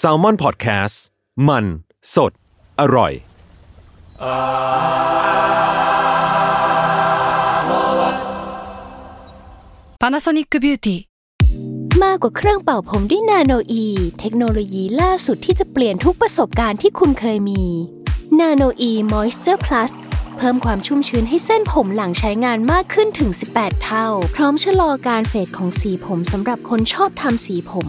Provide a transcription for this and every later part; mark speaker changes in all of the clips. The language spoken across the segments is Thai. Speaker 1: s a l m o n PODCAST มันสดอร่อย
Speaker 2: Panasonic Beauty
Speaker 3: มากกว่าเครื่องเป่าผมด้วยนาโนอี เทคโนโลยีล่าสุดที่จะเปลี่ยนทุกประสบการณ์ที่คุณเคยมีนาโนอีมอยส์เจอร์พลัสเพิ่มความชุ่มชื้นให้เส้นผมหลังใช้งานมากขึ้นถึง 18 เท่า พร้อมชะลอการเฟดของสีผมสำหรับคนชอบทำสีผม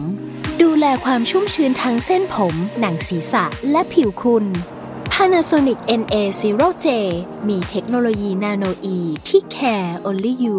Speaker 3: ดูแลความชุ่มชื้นทั้งเส้นผม หนังศีรษะและผิวคุณ Panasonic NA0J มีเทคโนโลยีนาโนอีที่ care only you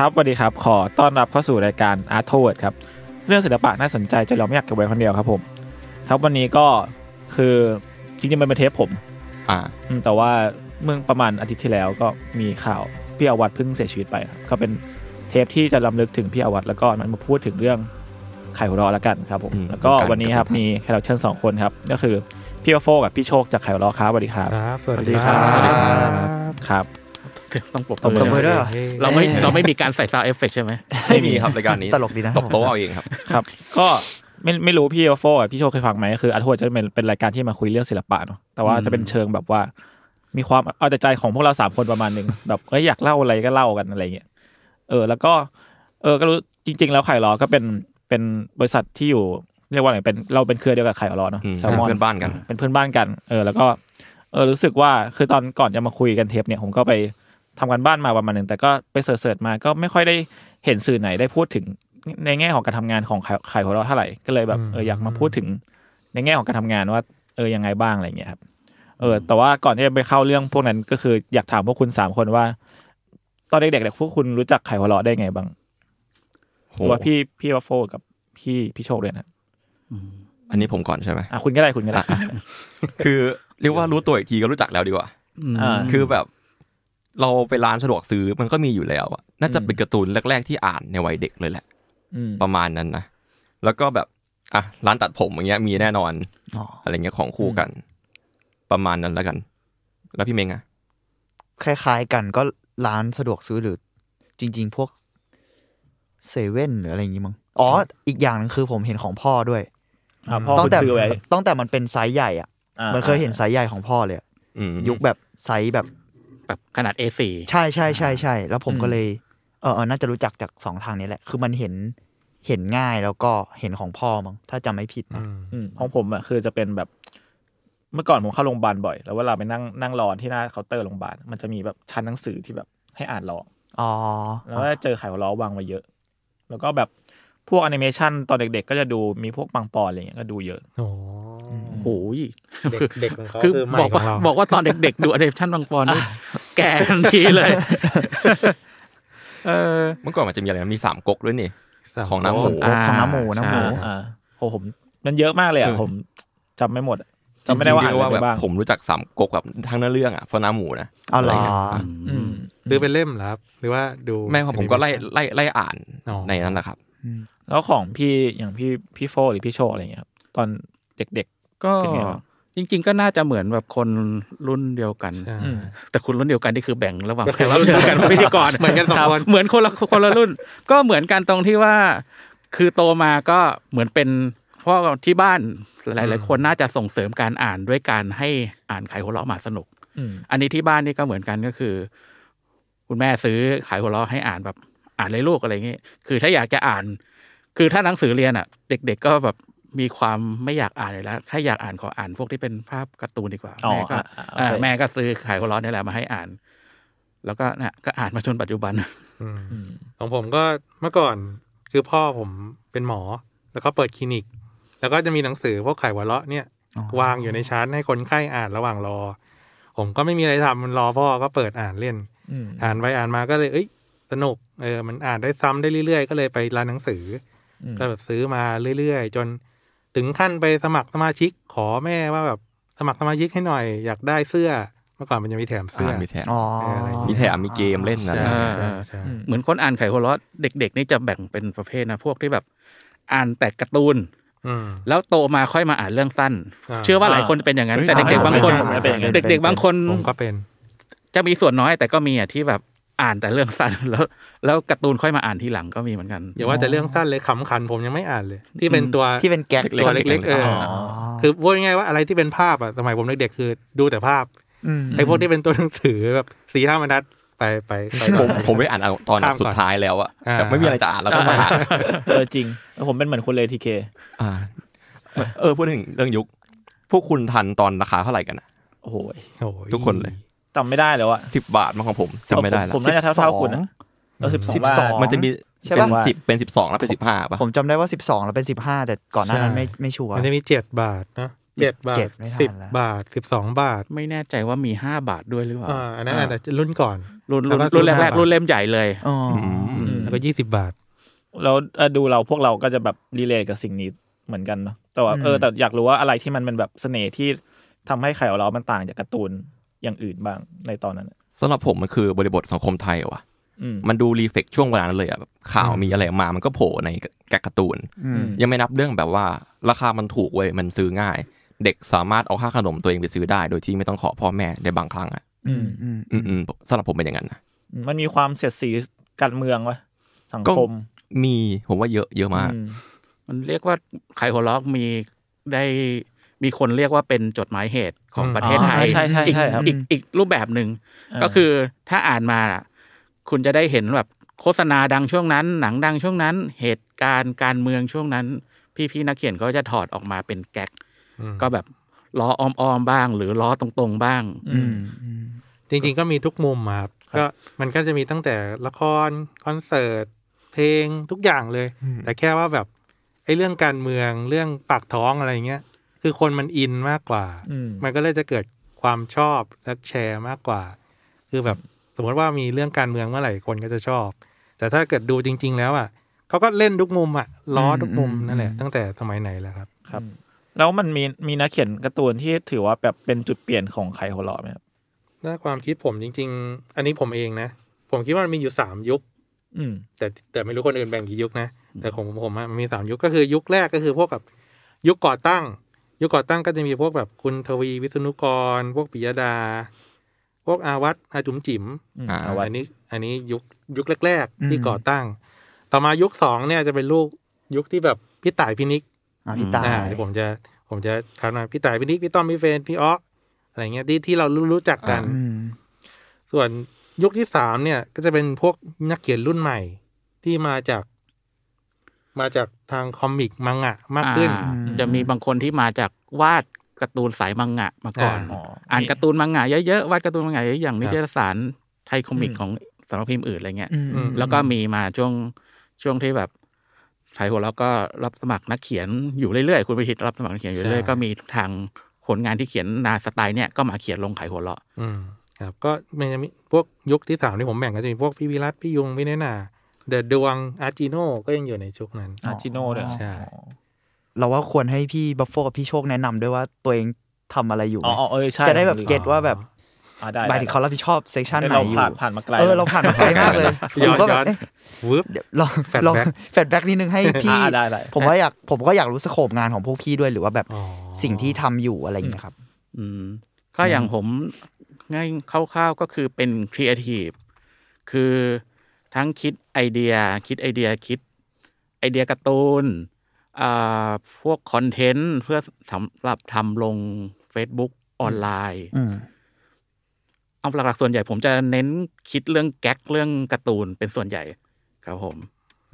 Speaker 4: ครับสวัสดีครับ ขอต้อนรับเข้าสู่รายการ Art t o w a r d ครับ เรื่องศิลปะน่าสนใจจนเราไม่อยากเก็บไว้คนเดียวครับผม ครับวันนี้ก็คือจริงๆมันเป็นเทปผม
Speaker 5: อ่า
Speaker 4: อืมแต่ว่าเมื่อประมาณอาทิตย์ที่แล้วก็มีข่าวพี่อาวัตเพิ่งเสียชีวิตไปครับก็เป็นเทปที่จะลํำลึกถึงพี่อาวัตแล้วก็มันมาพูดถึงเรื่องไข่หัวเราะแล้วกันครับผม แล้วก็วันนี้ครับมีแขกรับเชิญสองคนครับก็คือพี่โฟกับพี่โชคจากไข่หัวเราะครับสวัสดีครับ
Speaker 6: ครับ สวัส
Speaker 4: สวัสดี
Speaker 6: ดี
Speaker 4: ค
Speaker 6: ค
Speaker 4: รั
Speaker 6: รับ บ
Speaker 4: ครับ
Speaker 7: ต้องปรบ
Speaker 4: ตบ
Speaker 7: มือ
Speaker 4: ตบมือด้วย
Speaker 7: เราไม่เราไม่มีการใส่ซาวเอฟเฟกใช่ไหม
Speaker 5: ไม่มีครับรายการนี้
Speaker 8: ตลกดีนะ
Speaker 5: ตบโต๊ะเอาเองครับ
Speaker 4: ครับก็ไม่ไม่รู้พี่โอโฟกับพี่โชคเคยฟังไหมคืออาร์ทวจะเป็นเป็นรายการที่มาคุยเรื่องศิลปะเนาะแต่ว่าจะเป็นเชิงแบบว่า มีความเอาแต่ใจของพวกเราสามคนประมาณหนึ่ง แบบเอ้ยอยากเล่าอะไรก็เล่ากันอะไรเงี้ยเออ แล้วก็ เออก็รู้จริง ๆ แล้วไข่ล้อก็เป็นเป็นบริษัทที่อยู่เรียกว่าอะไรเป็นเราเป็นเครือเดียวกับไข่ล้อเนาะ
Speaker 5: อืม
Speaker 4: แซลมอน
Speaker 5: เพื่อนบ้านกัน
Speaker 4: เป็นเพื่อนบ้านกัน เออ แล้วก็ เออ รู้สึกว่า คือตอนก่อนจะมาคุยกันเทปเนี่ย ผมก็ไปทำกันบ้านมาประมาณหนึ่ง แต่ก็ไปเสิร์ชๆมา ก็ไม่ค่อยได้เห็นสื่อไหนได้พูดถึงในแง่ของการทำงานของข่าวข่าวหัวเราะเท่าไหร่ ก็เลยแบบ เออ อยากมาพูดถึงในแง่ของการทำงานว่า เออ ยังไงบ้างอะไรอย่างเงี้ยครับ เออ แต่ว่าก่อนที่จะไปเข้าเรื่องพวกนั้น ก็คืออยากถามพวกคุณสามคนว่า ตอนเด็กๆเนี่ยพวกคุณรู้จักไข่หัวเราะได้ไงบ้าง
Speaker 5: โห
Speaker 4: ตัวาพี่พี่วัฟโฟกับพี่พี่โชคด้วยนะ
Speaker 5: อันนี้ผมก่อนใช่ไหม
Speaker 4: อ่ะคุณก็ได้คุณก็ได้
Speaker 5: คือเรียกว่ารู้ตัวอีกทีก็รู้จักแล้วดีกว่า
Speaker 4: อ่า
Speaker 5: คือแบบ เราไปร้านสะดวกซื้อมันก็มีอยู่แล้วอะน่าจะเป็นการ์ตูนแรก ๆ ที่อ่านในวัยเด็กเลยแหละ
Speaker 4: อืม
Speaker 5: ประมาณนั้นนะ แล้วก็แบบอ่ะร้านตัดผมอย่างเงี้ยมีแน่นอน
Speaker 4: อ๋ออ
Speaker 5: อะไรเงี้ยของคู่กัน ประมาณนั้นแล้วกัน แล้วพี่เมงอะ
Speaker 8: คล้ายๆกันก็ร้านสะดวกซื้อหรือ จริง ๆ พวกเซเว่นหรืออะไรอย่างงี้มั้งอ๋อ อีกอย่างหนึงคือผมเห็นของพ่อด้วย
Speaker 4: อ่ะพ่อ
Speaker 8: ตั้
Speaker 4: คุณ
Speaker 8: งแต่
Speaker 4: ซื้อไว้
Speaker 8: ตั้งแต่มันเป็นไซส์ใหญ่อ่ะ
Speaker 4: อ่า
Speaker 8: มันเคยเห็นไซส์ใหญ่ของพ่อเลยอะ
Speaker 5: อืม
Speaker 8: ยุคแบบไซส์แบบ
Speaker 7: แบบขนาด A4
Speaker 8: ใช่ใช่ใช่ใช่แล้วผม
Speaker 4: อืม
Speaker 8: ก็เลยเออเออน่าจะรู้จักจากสองทางนี้แหละ คือมันเห็นเห็นง่ายแล้วก็เห็นของพ่อมั้งถ้าจำไม่ผิดนะ
Speaker 4: อืมของผมอ่ะคือจะเป็นแบบเมื่อก่อนผมเข้าโรงพยาบาลบ่อย แล้วเวลาไปนั่งนั่งรอที่หน้าเคาน์เตอร์โรงพยาบาลมันจะมีแบบชั้นหนังสือที่แบบให้อ่านรอ
Speaker 8: อ๋อ
Speaker 4: แล้วก็เจอไข่หัวล้อวางไว้เยอะ แล้วก็แบบพวกแอนิเมชันตอนเด็กๆ ก็จะดูมีพวกปังปอนอะไรเงี้ยก็ดูเยอะ
Speaker 6: โอ้
Speaker 7: โอ้โหย
Speaker 6: เด็กเด็กของเขา
Speaker 7: คือ
Speaker 6: คือใหม่
Speaker 7: บอก
Speaker 6: ขอ
Speaker 7: ว่าง
Speaker 6: เรา
Speaker 7: บอกว่าตอนเด็กๆ ดูอ d เด t ชั่นบางปอนนี่แก่ทันทีเลย เออ
Speaker 5: เมื่อก่อนมันจะมีอะไรนะมีสามก๊กด้วยนี่ ของ
Speaker 6: สาม
Speaker 5: น้ำ
Speaker 6: ค
Speaker 5: ส้
Speaker 6: น
Speaker 5: ม
Speaker 8: โอ้ของน้ำหมูน้ำห
Speaker 7: อ่า
Speaker 8: มู
Speaker 4: อ่าอ่าโหผมมันเยอะมากเลยอ่ะ
Speaker 5: เออ
Speaker 4: ผมจำไม่หมดอะจำไม่ได้ว่า
Speaker 5: จ
Speaker 4: อ่าน
Speaker 5: ริงๆเรียก
Speaker 4: อะ
Speaker 5: ว่า
Speaker 4: ไรไป
Speaker 5: แบบ
Speaker 4: บ้าง
Speaker 5: ผมรู้จักสามก๊กแบบทั้งเนื้อเรื่องอะเพราะน้ำหมูนะ
Speaker 8: เอาเหรอ
Speaker 4: อืม
Speaker 6: ซื้อเป็นเล่มเหรอครับ หรือว่าดู
Speaker 5: ไม่ครับผมก็ไล่
Speaker 6: แอนิเชั
Speaker 5: ไล่ไล่อ่าน
Speaker 6: อ๋อ
Speaker 5: ในนั้นแหละครับ
Speaker 4: แล้วของพี่อย่างพี่พี่โฟหรือพี่โชอะไรเงี้ยครับตอนเด็ก
Speaker 7: ก็
Speaker 4: เป็นไงบ้าง
Speaker 7: จริง ๆ ก็น่าจะเหมือนแบบคนรุ่นเดียวกัน
Speaker 6: ใช่
Speaker 4: อืม
Speaker 7: แต่คุณรุ่นเดียวกันนี่คือแบ่งระหว่างแขกรับเชิญกันกับพิธีกร
Speaker 6: เหมือนกันสอง
Speaker 7: รับ
Speaker 6: คน
Speaker 7: เหมือนคนละคนละรุ่น ก็เหมือนกันตรงที่ว่า คือโตมาก็เหมือนเป็นเพราะที่บ้านหลายๆคนน่าจะส่งเสริมการอ่านด้วยการให้อ่านไขหัวเราะหมาสนุก
Speaker 4: อืม
Speaker 7: อันนี้ที่บ้านนี่ก็เหมือนกันก็คือ คุณแม่ซื้อขายหัวเราะให้อ่านแบบอ่านเลยลูกอะไรอย่างงี้คือถ้าอยากจะอ่าน คือถ้าหนังสือเรียนอ่ะ เด็ก ๆ ก็แบบมีความไม่อยากอ่านเลยแล้วถ้าอยากอ่านขออ่านพวกที่เป็นภาพการ์ตูนดีกว่า
Speaker 4: อ๋อ
Speaker 7: แม่ก็
Speaker 4: อ่ะอ่ะโอ
Speaker 7: เอ่อ
Speaker 4: เค
Speaker 7: แม่ก็ซื้อขายหัวเราะนี่แหละมาให้อ่าน แล้วก็น่ะก็อ่านมาจนปัจจุบัน
Speaker 6: อืม
Speaker 4: อืม
Speaker 6: ของผมก็เมื่อก่อนคือพ่อผมเป็นหมอ แล้วก็เปิดคลินิก แล้วก็จะมีหนังสือพวกไขายหัวเราะเนี่ย วางอยู่ในชั้นให้คนไข้อ่านระหว่างรอ ผมก็ไม่มีอะไรทำมันรอพ่อก็เปิดอ่านเล่น
Speaker 4: อืม
Speaker 6: อ่านไปอ่านมาก็เลย เอ้ย เ สนุกเออมันอ่านได้ซ้ำได้เรื่อยๆ ก็เลยไปร้านหนังสืออ
Speaker 4: ม
Speaker 6: ก็แบบซื้อมาเรื่อยๆ จนถึงขั้นไปสมัครสมาชิกขอแม่ว่าแบบสมัครสมาชิกให้หน่อยอยากได้เสื้อเมื่อก่อนมันยังมีแถมเสื้อ
Speaker 5: อ่ามีแถม
Speaker 8: อ๋อ
Speaker 5: มีแถมมีเกมเล่นนะ
Speaker 6: ใช่
Speaker 7: เออเออ
Speaker 6: ใช่
Speaker 7: เหมือนคนอ่านไขหัวเราะเด็ก ๆ นี่จะแบ่งเป็นประเภทนะ พวกที่แบบอ่านแต่การ์ตูน
Speaker 6: อืม
Speaker 7: แล้วโตมาค่อยมาอ่านเรื่องสั้น
Speaker 6: อ่า
Speaker 7: เชื่อว่าหลายคนจะเป็นอย่างนั้น แต่เด็กๆบางคน
Speaker 4: ผมไม่เป็นอย่างนั้น
Speaker 7: เด็ก ๆ บางคน
Speaker 6: ผมก็เป็น
Speaker 7: จะมีส่วนน้อยแต่ก็มีอ่ะที่แบบอ่านแต่เรื่องสั้น แล้ว แล้วการ์ตูนค่อยมาอ่านทีหลังก็มีเหมือนกัน
Speaker 6: อย่าว่าแต่เรื่องสั้นเลยขำขันผมยังไม่อ่านเลย ที่เป็นตัว
Speaker 8: ที่เป็นแก๊ก
Speaker 6: ตัวเล็กๆเออ
Speaker 8: คื
Speaker 6: คือ อพูดง่ายๆว่าอะไรที่เป็นภาพอะสมัยผมเด็กๆคือ ดูแต่ภาพ
Speaker 8: ม
Speaker 6: ไอ้พวกที่เป็นตัวหนังสือแบบสีห้าบรรทัดไปไปไป
Speaker 5: ผม
Speaker 6: ไป
Speaker 5: ผมไม่อ่านตอน
Speaker 6: ข้ามก่อน
Speaker 5: สุดท้ายแล้วอะ
Speaker 6: อ่า
Speaker 5: แบบไม่มีอะไรจะอ่านแล้วก็มาอ่าน
Speaker 4: เออจริงเออผมเป็นเหมือนคนเลยทีเค
Speaker 5: อ่าเออพูดถึงเรื่องยุค พวกคุณทันตอนราคาเท่าไหร่กันอะ
Speaker 4: โอ้โหย
Speaker 6: โอ้ย
Speaker 5: ทุกคนเลย
Speaker 4: จำไม่ได้แล้วอะ
Speaker 5: สิบบาทมั้งของผมจำไม่ได้
Speaker 4: เออ
Speaker 5: ละ
Speaker 4: ผมผมน่าจะเท่าเท่าคุณอะเราสิบสอง
Speaker 8: สิบ
Speaker 4: บ้า
Speaker 8: สอง
Speaker 4: ท
Speaker 5: มันจะมี
Speaker 8: ใช่
Speaker 5: เป็น
Speaker 8: ปะ
Speaker 5: สิบเป็นสิบสองแล้วเป็นสิบห้าป่ะ
Speaker 8: ผมจำได้ว่า 12 แล้วเป็น 15 แต่ก่อนหน้านั้นไม่ไม่ชัวร์
Speaker 6: มันจะมีเจ็ดบาทนะเจ็ดบา
Speaker 8: เจ็
Speaker 6: ท
Speaker 8: ดไม่ทัน
Speaker 6: สิบ
Speaker 8: แล้ว
Speaker 6: บาทสิบสองบาท
Speaker 7: ไม่แน่ใจว่ามีห้าบาทด้วยหรือเปล่า
Speaker 6: อ่าอันนั้นอาจจะรุ่นก่อน
Speaker 7: รุ่น
Speaker 6: แล้วน ก็
Speaker 7: รุ่รุ่นแรก
Speaker 6: 15
Speaker 7: ๆรุ่นเล่มใหญ่เลย
Speaker 8: อ๋ออ
Speaker 5: อืม
Speaker 6: แล้วก็ยี่สิบบาท
Speaker 4: แล้วเอ่อดูเราพวกเราก็จะแบบรีเลทกับสิ่งนี้เหมือนกันเนาะแต่ว่าเออแต่อยากรู้ว่าอะไรที่มันเป็นแบบเสน่ห์ที่ทำให้ไข่ของเรามันต่างจากการ์ตูนอย่างอื่นบ้างในตอนนั้นอะ
Speaker 5: สำหรับผมมันคือบริบทสังคมไทยว่ะ
Speaker 4: อืม
Speaker 5: มันดูรีเฟกช่วงเวลานั้นเลยอะแบบข่าวมีอะไรมา มันก็โผล่ในแกการ์ตูน
Speaker 8: อืม
Speaker 5: ยังไม่นับเรื่องแบบว่า ราคามันถูกเว้ย มันซื้อง่าย เด็กสามารถเอาค่าขนมตัวเองไปซื้อได้ โดยที่ไม่ต้องขอพ่อแม่ในบางครั้งอะ
Speaker 4: อืม
Speaker 8: อืม
Speaker 5: อืมๆผมสำหรับผมเป็นอย่างนั้นนะ
Speaker 4: มันมีความเสียดสีการเมืองวะสังคม
Speaker 5: มีผมว่าเยอะเยอะมาก
Speaker 4: อืม
Speaker 7: มันเรียกว่าไขหัวเราะมีได้มีคนเรียกว่าเป็นจดหมายเหตุของ
Speaker 6: อืม
Speaker 7: ประเทศไทย
Speaker 4: อ๋อใช่ใช่ใช่ครับ
Speaker 7: อีกอีกรูปแบบหนึ่ง
Speaker 4: อ่า
Speaker 7: ก็คือถ้าอ่านมาน่ะคุณจะได้เห็นแบบโฆษณาดังช่วงนั้น หนังดังช่วงนั้น เหตุการณ์การเมืองช่วงนั้น พี่ๆนักเขียนก็จะถอดออกมาเป็นแก๊ก
Speaker 6: อืม
Speaker 7: ก็แบบล้ออ้อมๆบ้าง หรือล้อตรงๆบ้าง
Speaker 4: อืม
Speaker 6: จริงๆก็มีทุกมุมอะครับก็มันก็จะมีตั้งแต่ละครคอนเสิร์ต เพลงทุกอย่างเลย
Speaker 5: อืม
Speaker 6: แต่แค่ว่าแบบไอ้เรื่องการเมืองเรื่องปากท้องอะไรเงี้ยคือคนมันอินมากกว่า
Speaker 4: อืม
Speaker 6: มันก็เลยจะเกิดความชอบและแชร์มากกว่า คือแบบสมมติว่ามีเรื่องการเมืองเมื่อไหร่คนก็จะชอบ แต่ถ้าเกิดดูจริง ๆ แล้วอ่ะเขาก็เล่นทุกมุมอ่ะล้อทุกมุม
Speaker 8: อืม
Speaker 6: นั่นแหละตั้งแต่สมัยไหนแล้วครับ
Speaker 4: ครับ แล้วมันมีมีนักเขียนการ์ตูนที่ถือว่าแบบเป็นจุดเปลี่ยนของไข่หัวเราะไหมครับ
Speaker 6: ถ้าความคิดผมจริง ๆ อันนี้ผมเองนะ ผมคิดว่ามันมีอยู่สามยุค
Speaker 4: อืม
Speaker 6: แต่แต่ไม่รู้คนอื่นแบ่งกี่ยุคนะ แต่ของผมอะมันมีสามยุคก็คือยุคแรกก็คือพวกแบบยุคก่อตั้ง ยุคก่อตั้งก็จะมีพวกแบบคุณทวีวิษณุกร พวกปิยดา พวกอาวัตอาจุ๋มจิ๋ม
Speaker 4: อืม
Speaker 5: อ่า
Speaker 4: เอาไว้
Speaker 6: อันนี้อันนี้ยุคยุคแรก
Speaker 8: อื
Speaker 6: ๆ
Speaker 8: ม
Speaker 6: ที่ก่อตั้ง ต่อมายุคสองเนี่ยจะเป็นลูกยุคที่แบบพี่ต่ายพี่นิก
Speaker 8: อ่ะพี่ตาย
Speaker 6: อ่าเดี๋ยวผมจะผมจะคัดมาพี่ต่ายพี่นิกพี่ต้อมพี่เฟรนพี่อ๊อกอะไรเงี้ยที่ที่เรารู้รู้จักกัน
Speaker 8: อืม
Speaker 6: ส่วนยุคที่สามเนี่ยก็จะเป็นพวกนักเขียนรุ่นใหม่ที่มาจาก มาจากทางคอมิกมังงะมากขึ้น
Speaker 7: อ่า
Speaker 8: อืม
Speaker 7: จะมีบางคนที่มาจากวาดการ์ตูนสายมังงะมาก่อน
Speaker 6: อ่า
Speaker 4: อ๋อ
Speaker 7: อ่า
Speaker 4: อ่าน
Speaker 7: การ์ตูนมังงะเยอะๆวาดการ์ตูนมังงะเยอะๆอย่างนิตยสารไทยคอมิกของสำนักพิมพ์อื่นอะไรเงี้ย
Speaker 8: อืม
Speaker 6: อืม
Speaker 7: แล้วก็มีมาช่วงช่วงที่แบบไทยหัวเราะก็รับสมัครนักเขียนอยู่เรื่อยๆ คุณวิทิตรับสมัครนักเขียนอยู่เรื่อย
Speaker 6: ใช่
Speaker 7: ๆก็มีทางผลงานที่เขียนนาสไตล์เนี่ยก็มาเขียนลงไขหัวเราะ
Speaker 6: อืมครับก็มันจะมีพวกยุคที่สามที่ผมแบ่งก็จะมีพวกพี่วิรัตพี่ยุงพี่เนนาเดอะดวงอาจิโนก็ยังอยู่ในชุกนั้น
Speaker 4: อาจิโน่ด้วย
Speaker 6: ใช่
Speaker 8: เราว่าควรให้พี่บัฟโฟกับพี่โชคแนะนำด้วยว่าตัวเองทำอะไรอยู่ไห
Speaker 4: อ๋
Speaker 8: ม
Speaker 4: ออ๋อเออใช่
Speaker 8: จะได้แบบเก็ตว่าแบบ
Speaker 4: อ่าได้
Speaker 8: หมายถึงเขารับผิดชอบเซกชันไหนอยู่
Speaker 4: เราผ่านผ่านมาไกล
Speaker 8: เออ
Speaker 4: แล้ว
Speaker 8: เรา ผ่านมาไกลมากเลย
Speaker 6: ย้อน
Speaker 8: ผมก็แบบ
Speaker 6: ย้อน
Speaker 8: เอ๊ะ
Speaker 6: วืบ
Speaker 8: เดี๋ยวลองลอง
Speaker 6: Feedback
Speaker 8: แฟดแบ็กนิดนึงให้พี่
Speaker 4: อ่าได้ได้
Speaker 8: ผมว่าอยากผมก็อยากรู้สโคปงานของพวกพี่ด้วยหรือว่าแบบ
Speaker 6: อ๋อ
Speaker 8: สิ่งที่ทำอยู่อะไรอย่างเงี้ยครับ
Speaker 7: อืมก็อย่างผมง่ายคร่าวๆก็คือเป็นครีเอทีฟคือทั้งคิดไอเดีย คิดไอเดียคิดไอเดียการ์ตูนอ่าพวกคอนเทนต์เพื่อสำหรับทำลง Facebook ออนไลน์
Speaker 8: อืม
Speaker 7: เอาหลักๆส่วนใหญ่ผมจะเน้นคิดเรื่องแก๊กเรื่องการ์ตูนเป็นส่วนใหญ่ครับผม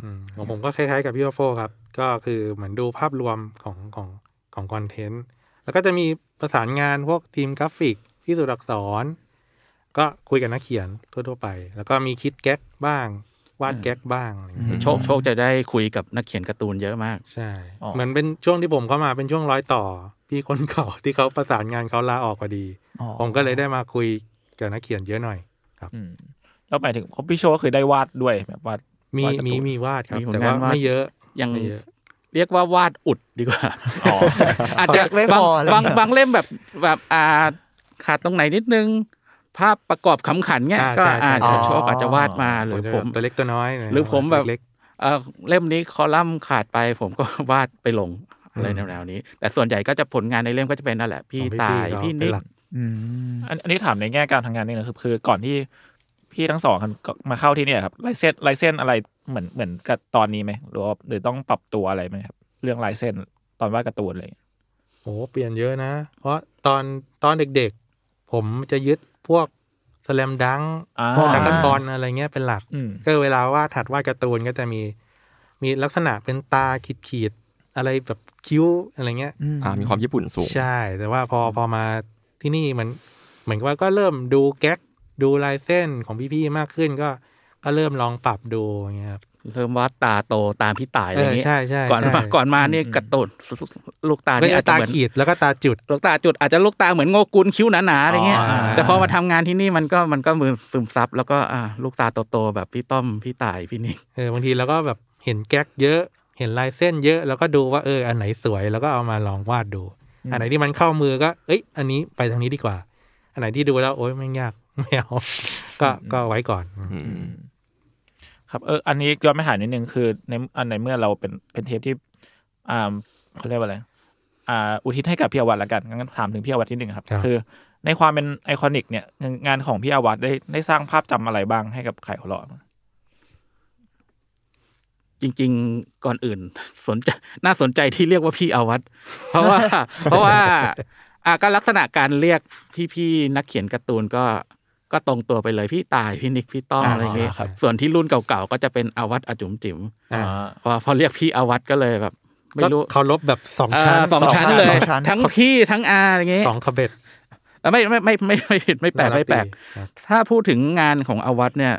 Speaker 6: อืมของผมก็คล้ายๆกับพี่วัฟโฟครับ ก็คือเหมือนดูภาพรวมของของของคอนเทนต์ แล้วก็จะมีประสานงานพวกทีมกราฟิกที่สุดอักษร ก็คุยกับนักเขียนทั่วๆไป แล้วก็มีคิดแก๊กบ้าง วาดแก๊กบ้างอะไรอย่างเงี้ย
Speaker 7: โชคโชคจะได้คุยกับนักเขียนการ์ตูนเยอะมาก
Speaker 6: ใช่
Speaker 4: อ๋อ
Speaker 6: เหมือนเป็นช่วงที่ผมเข้ามาเป็นช่วงร้อยต่อ พี่คนเก่าที่เขาประสานงานเขาลาออกพอดี
Speaker 8: อ๋อ
Speaker 6: ผมก็เลยได้มาคุยกับนักเขียนเยอะหน่อย
Speaker 4: อืม แล้วหมายถึงคอปปี้โชว์ก็คือได้วาดด้วยแบบวาด
Speaker 6: มี
Speaker 4: วาดการ์ตูน
Speaker 6: มีมีวาดครับ
Speaker 7: มีผล
Speaker 6: แต่ว่าง
Speaker 7: านวาด
Speaker 6: ไม่เยอะ
Speaker 7: ยัง
Speaker 6: ไม่เยอะ
Speaker 7: เรียกว่าวาดอุดดีกว่าอาจจะ
Speaker 8: ไม่
Speaker 7: บาง
Speaker 8: พอแล้ว
Speaker 7: บาง
Speaker 8: เนี่ย
Speaker 7: บางเล่มแบบแบบอ่าขาดตรงไหนนิดนึง ภาพประกอบขำขันเงี้ย
Speaker 6: อ่า
Speaker 7: ก็
Speaker 6: ใช่
Speaker 7: อาจ
Speaker 6: ใช่
Speaker 7: จะชอบอาจจะวาดมาหรือผม
Speaker 6: ตัวเล็กตัวน้อย
Speaker 7: หรือผมแบบ
Speaker 6: เล็ก
Speaker 7: เอ่อเล่มนี้คอลัมน์ขาดไป ผมก็ วาดไปลงอะไร
Speaker 6: อืม
Speaker 7: แนวๆนี้ แต่ส่วนใหญ่ก็จะผลงานในเล่มก็จะเป็นนั่นแหละ พี่
Speaker 6: ของพี่
Speaker 7: ตาย
Speaker 6: พี่เราเป็น
Speaker 7: พี่นิก
Speaker 6: หลัก
Speaker 8: อืม
Speaker 4: อันอันนี้ถามในแง่การทำงานนี่นะคือคือก่อนที่พี่ทั้งสองครับก็มาเข้าที่เนี่ยครับลายเส้นลายเส้นอะไรเหมือนเหมือนกับตอนนี้ไหมหรือว่าหรือต้องปรับตัวอะไรไหมครับเรื่องลายเส้นตอนวาดการ์ตูนอะไรอย่างเงี้ย
Speaker 6: ๆโอ้เปลี่ยนเยอะนะ เพราะตอนตอนเด็กๆ ผมจะยึดพวกสแลมดัง
Speaker 4: อ่า
Speaker 6: พวกการ์ตูนอะไรเงี้ยเป็นหลัก
Speaker 4: อืม
Speaker 6: ก็เวลาวาดถัดวาดการ์ตูนก็จะมี มีลักษณะเป็นตาขีดขีดๆอะไรแบบคิ้วอะไรเงี้ย
Speaker 5: อ่ามีความญี่ปุ่นสูง
Speaker 6: ใช่ แต่ว่าพอพอมาที่นี่มันเหมือนกับว่าก็เริ่มดูแก๊กดูลายเส้นของพี่ๆมากขึ้นก็ก็เริ่มลองปรับดูอย่างเงี้ยครับ
Speaker 7: เริ่มวาดตาโตตามพี่ตายอะไรอย่างเงี้ย
Speaker 6: เออใช่ใช่
Speaker 7: ก่อนมา
Speaker 6: ใช่
Speaker 7: ก่อนมานี่กระตุนลูกตา
Speaker 6: ก็
Speaker 7: เนี่ย
Speaker 6: จะ
Speaker 7: อาจจะ
Speaker 6: ตา
Speaker 7: เหมือน
Speaker 6: ขีดแล้วก็ตาจุด
Speaker 7: ลูกตาจุดอาจจะลูกตาเหมือนโงกุลคิ้วหนาๆอะไรเงี้ย
Speaker 6: อ๋อ
Speaker 7: แต่พอมาทำงานที่นี่มันก็มันก็มือซึมซับแล้วก็อ่าลูกตาโตๆแบบพี่ต้อมพี่ตายพี่นิก
Speaker 6: เออบางทีเราก็แบบเห็นแก๊กเยอะ เห็นลายเส้นเยอะ แล้วก็ดูว่าเอออันไหนสวยแล้วก็เอามาลองวาดดู อันไหนที่มันเข้ามือก็ เอ้ย อันนี้ไปทางนี้ดีกว่า อันไหนที่ดูแล้วโอ๊ยไม่งยาก ไม่เอาก็ก็ไว้ก่อน
Speaker 5: อืม
Speaker 4: ครับเอออันนี้ย้อนไปถามนิดนึงคือในอันในเมื่อเราเป็นเป็นเทปที่อ่าเขาเรียกว่าอะไรอ่าอุทิศให้กับพี่อวัตละกันงั้นถามถึงพี่อวัตนิดนึงครับ
Speaker 6: ครับ
Speaker 4: คือในความเป็นไอคอนิกเนี่ยงานของพี่อวัตได้ได้สร้างภาพจำอะไรบ้างให้กับไข่หัวเราะมั้ย
Speaker 7: จริง ๆก่อนอื่น สนใจน่าสนใจที่เรียกว่าพี่อาวัต เพราะว่า เพราะว่าอ่ะก็ลักษณะการเรียกพี่ๆนักเขียนการ์ตูนก็ก็ตรงตัวไปเลยพี่ตายพี่นิกพี่ต้อม
Speaker 4: อ่า
Speaker 7: อะไรอย่างเงี้ย
Speaker 4: ครับ
Speaker 7: ส่วนที่รุ่นเก่าๆก็จะเป็นอาวัตอาจุ๋มจิ๋ม
Speaker 6: อ่า
Speaker 7: พอพอเรียกพี่อาวัตก็เลยแบบไม่
Speaker 6: ก็
Speaker 7: รู้
Speaker 6: เคารพแบบสอง
Speaker 7: เอ่อ
Speaker 6: ชั้น
Speaker 7: สองชั้
Speaker 8: ส
Speaker 7: น
Speaker 8: องชั้น
Speaker 7: เลย
Speaker 8: สองชั้น
Speaker 7: ทั้งพี่ทั้งอาอะไรอย่างเงี้ย
Speaker 6: สองขบเบ็ด
Speaker 7: เอ่อไม่ไม่ไม่ไม่ไม่ผิดไม่แปลก
Speaker 6: น่ารั
Speaker 7: ไม่แปลก
Speaker 6: ดีครับ
Speaker 7: ถ้าพูดถึงงานของอาวัตเนี่ย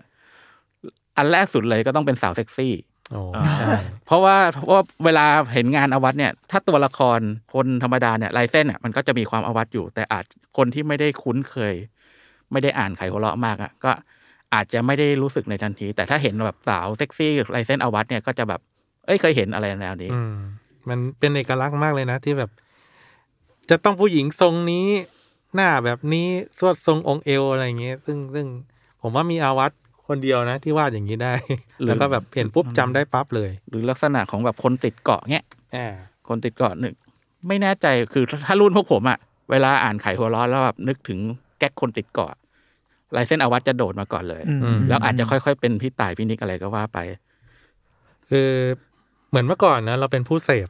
Speaker 7: อันแรกสุดเลยก็ต้องเป็นสาวเซ็กซี่
Speaker 6: โอ้ใช่
Speaker 7: เพราะว่าเพราะว่าเวลาเห็นงานอาวัตเนี่ย ถ้าตัวละครคนธรรมดาเนี่ยลายเส้นอ่ะมันก็จะมีความอาวัตอยู่ แต่อาจคนที่ไม่ได้คุ้นเคย ไม่ได้อ่านไขหัวเราะมากอ่ะก็อาจจะไม่ได้รู้สึกในทันที แต่ถ้าเห็นแบบสาวเซ็กซี่ลายเส้นอาวัตเนี่ยก็จะแบบเอ้ยเคยเห็นอะไรแนวนี้
Speaker 6: อืมมันเป็นเอกลักษณ์มากเลยนะ ที่แบบ จะต้องผู้หญิงทรงนี้ หน้าแบบนี้สวดทรงองค์เอวอะไรอย่างเงี้ยซึ่งซึ่งผมว่ามีอาวัตคนเดียวนะ ที่วาดอย่างนี้ได้
Speaker 7: หรือ
Speaker 6: แล้วก็แบบเห็นปุ๊บจำได้ปั๊บเลย
Speaker 7: หรือลักษณะของแบบคนติดเกาะเนี่ย
Speaker 6: อ่า
Speaker 7: คนติดเกาะหนึ่งไม่แน่ใจคือถ้ารุ่นพวกผมอะเวลาอ่านไขหัวร้อนแล้วแบบนึกถึงแก๊กคนติดเกาะลายเส้นอาวัตจะโดดมาก่อนเลย
Speaker 8: อืม
Speaker 7: แล้วอาจจะค่อยๆเป็นพี่ต่ายพี่นิกอะไรก็ว่าไป
Speaker 6: คือเหมือนเมื่อก่อนนะเราเป็นผู้เสพ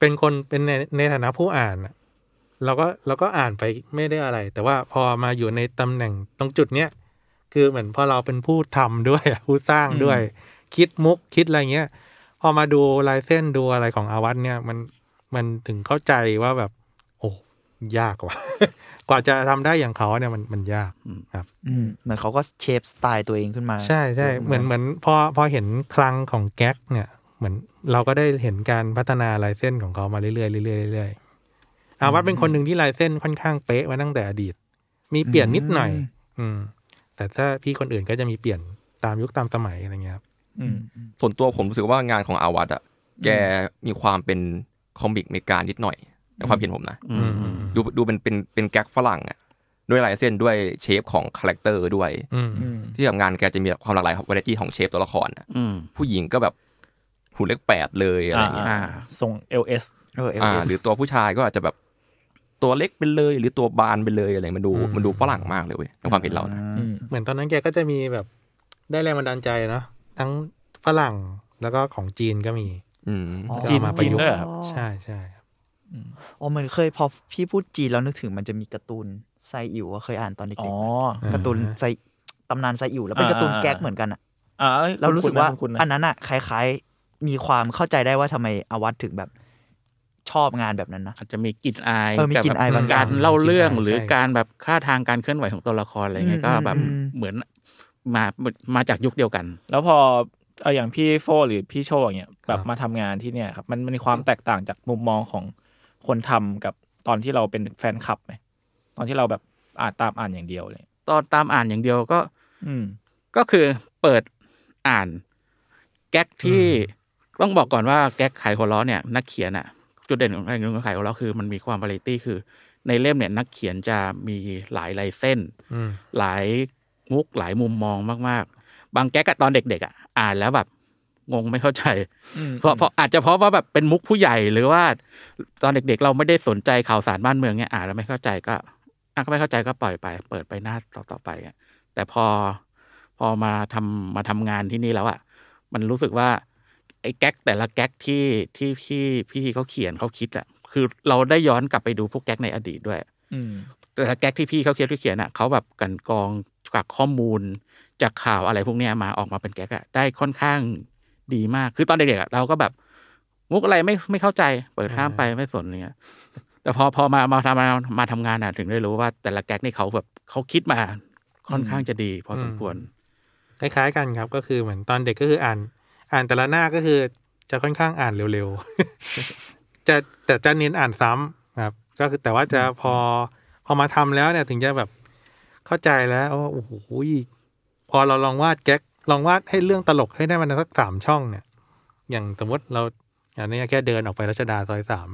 Speaker 6: เป็นคนเป็นในในฐานะผู้อ่านอะเราก็เราก็อ่านไปไม่ได้อะไร แต่ว่าพอมาอยู่ในตำแหน่งตรงจุดเนี้ยคือเหมือนพอเราเป็นผู้ทำด้วย ผู้สร้างด้วย คิดมุกคิดอะไรเงี้ย พอมาดูลายเส้นดูอะไรของอาวัตเนี่ยมันมันถึงเข้าใจว่าแบบ โอ้ยากว่ะ กว่าจะทำได้อย่างเขาเนี่ยมันมันยากครับ
Speaker 8: อืมเหมือนเขาก็เชฟสไตล์ตัวเองขึ้นมา
Speaker 6: ใช่ใช่เหมือนเหมือนพอพอเห็นคลังของแก๊กเนี่ยเหมือนเราก็ได้เห็นการพัฒนาลายเส้นของเขามาเรื่อยๆเรื่อยๆเรื่อยๆอาวัดเป็นคนหนึ่งที่ลายเส้นค่อนข้างเป๊ะมาตั้งแต่อดีต มีเปลี่ยนนิดหน่อย อืม แต่ถ้าพี่คนอื่นก็จะมีเปลี่ยนตามยุคตามสมัยอะไรเงี้ยครับ
Speaker 4: อืม
Speaker 5: ส่วนตัวผมรู้สึกว่างานของอาวัตอ่ะ แกมีความเป็นคอมิกเมกานิดหน่อยในความเห็นผมนะ
Speaker 7: อืม
Speaker 5: ดูดูเป็นเป็นเป็นแก๊กฝรั่งอ่ะ ด้วยลายเส้นด้วยเชฟของคาแรคเตอร์ด้วย
Speaker 6: อืม
Speaker 5: ที่ทำงานแกจะมีความหลากหลายครับวาไรตี้ของเชฟตัวละครน่ะ
Speaker 7: อืม
Speaker 5: ผู้หญิงก็แบบหุ่นเล็กแปดเลยอะไรอย่างเงี้ย
Speaker 4: อ่าทรง LS
Speaker 8: เออเอ
Speaker 5: อ่า
Speaker 8: เอส
Speaker 5: หรือตัวผู้ชายก็อาจจะแบบตัวเล็กไปเลย หรือตัวบานไปเลยอะไรมันดู
Speaker 6: อืม
Speaker 5: มันดูฝรั่งมากเลยเว้ยในความเห็นเรานะ
Speaker 4: อืม
Speaker 6: เหมือนตอนนั้นแกก็จะมีแบบได้แรงบันดาลใจเนาะทั้งฝรั่งแล้วก็ของจีนก็มี
Speaker 5: อืม
Speaker 4: จีน
Speaker 6: เอามาประ
Speaker 4: จีน
Speaker 6: ยุกต์
Speaker 4: ด้วยเหรอครับ
Speaker 6: ใช่ใช่ครับ
Speaker 8: อ๋อเหมือนเคยพอพี่พูดจีนแล้วนึกถึงมันจะมีการ์ตูนไซอิ๋วอะเคยอ่านตอนเด็ก
Speaker 4: อ๋อ
Speaker 8: ๆการ์ตูนไซตำนานไซอิ๋วแล้วเป็น
Speaker 4: อ่า
Speaker 8: การ์ตูน
Speaker 4: อ่า
Speaker 8: แก๊กเหมือนกันอะ
Speaker 4: อ่าอ้ย
Speaker 8: เรารู้สึกว่า
Speaker 4: คุณนะ
Speaker 8: อันนั้นอะคล้ายๆ มีความเข้าใจได้ว่าทำไมอาวัตถึงแบบชอบงานแบบนั้นนะ
Speaker 7: อาจจะมีกลิ่นอาย
Speaker 8: เออมี
Speaker 7: แต่
Speaker 8: กลิ่นอายบางอย่าก
Speaker 7: าง รเล่าเรื่อง
Speaker 6: ใช่
Speaker 7: หรือ
Speaker 6: ใช่
Speaker 7: การแบบค่าทางการเคลื่อนไหวของตัวละครอะไรเงี้ย
Speaker 8: อืม
Speaker 7: ก็แบบ
Speaker 8: อืม
Speaker 7: เหมือนมามาจากยุคเดียวกัน
Speaker 4: แล้วพอเอาอย่างพี่โฟหรือพี่โชอย่างเงี้ยแบบมาทำงานที่เนี่ยครับ มันมันมีความแตกต่างจากมุมมองของคนทำกับตอนที่เราเป็นแฟนคลับไหมตอนที่เราแบบอ่านตามอ่านอย่างเดียวเลย
Speaker 7: ตอนตามอ่านอย่างเดียวก็
Speaker 4: อืม
Speaker 7: ก็คือเปิดอ่านแก๊กที่ต้องบอกก่อนว่าแก๊กขายหัวล้อเนี่ย นักเขียนอ่ะ จุดเด่นของการเงินขายหัวล้อคือมันมีความบริตี้คือ ในเล่มเนี่ยนักเขียนจะมีหลายลายเส้น
Speaker 6: อืม
Speaker 7: หลายมุกหลายมุมมองมาก ๆ บางแก๊กอะตอนเด็ก ๆอะอ่านแล้วแบบงงไม่เข้าใจ
Speaker 4: อืม
Speaker 7: เพราะเพราะอาจจะเพราะว่าแบบเป็นมุกผู้ใหญ่หรือว่า ตอนเด็ก ๆ เราไม่ได้สนใจข่าวสารบ้านเมืองเนี่ยอ่านแล้วไม่เข้าใจก็อ่ะก็ไม่เข้าใจก็ปล่อยไป เปิดไปหน้าต่อต่อไปอะแต่พอพอมาทำมาทำงานที่นี่แล้วอะมันรู้สึกว่าไอ้แก๊กแต่ละแก๊กที่ที่ที่พี่เขาเขียนเขาคิดอะคือเราได้ย้อนกลับไปดูพวกแก๊กในอดีตด้วย
Speaker 4: อืม
Speaker 7: แต่ละแก๊กที่พี่เขาเขียนที่เขียนอ่ะเขาแบบกลันกรองจากข้อมูล จากข่าวอะไรพวกเนี้ยมาออกมาเป็นแก๊กอ่ะได้ค่อนข้างดีมาก คือตอนเด็กๆอะเราก็แบบมุกอะไรไม่ไม่เข้าใจ เปิดข้ามไปไม่สนอะไรเงี้ยแต่พอพอมามาทำมามาทำงานอ่ะถึงได้รู้ว่า แต่ละแก๊กนี่เขาแบบเขาคิดมาค่อนข้างจะดีพอสมควร
Speaker 6: คล้ายๆกันครับก็คือเหมือนตอนเด็กก็คืออ่าน อ่านแต่ละหน้าก็คือจะค่อนข้างอ่านเร็วๆ จะแต่จะเน้นอ่านซ้ำครับ ก็คือแต่ว่าจะพอพอมาทำแล้วเนี่ยถึงจะแบบเข้าใจแล้วว่าโอ้โหพอเราลองวาดแก๊กลองวาดให้เรื่องตลกให้ได้มันสักสามช่องเนี่ย อย่างสมมติเราอย่างนี้แค่เดินออกไปรัชดาซอยสาม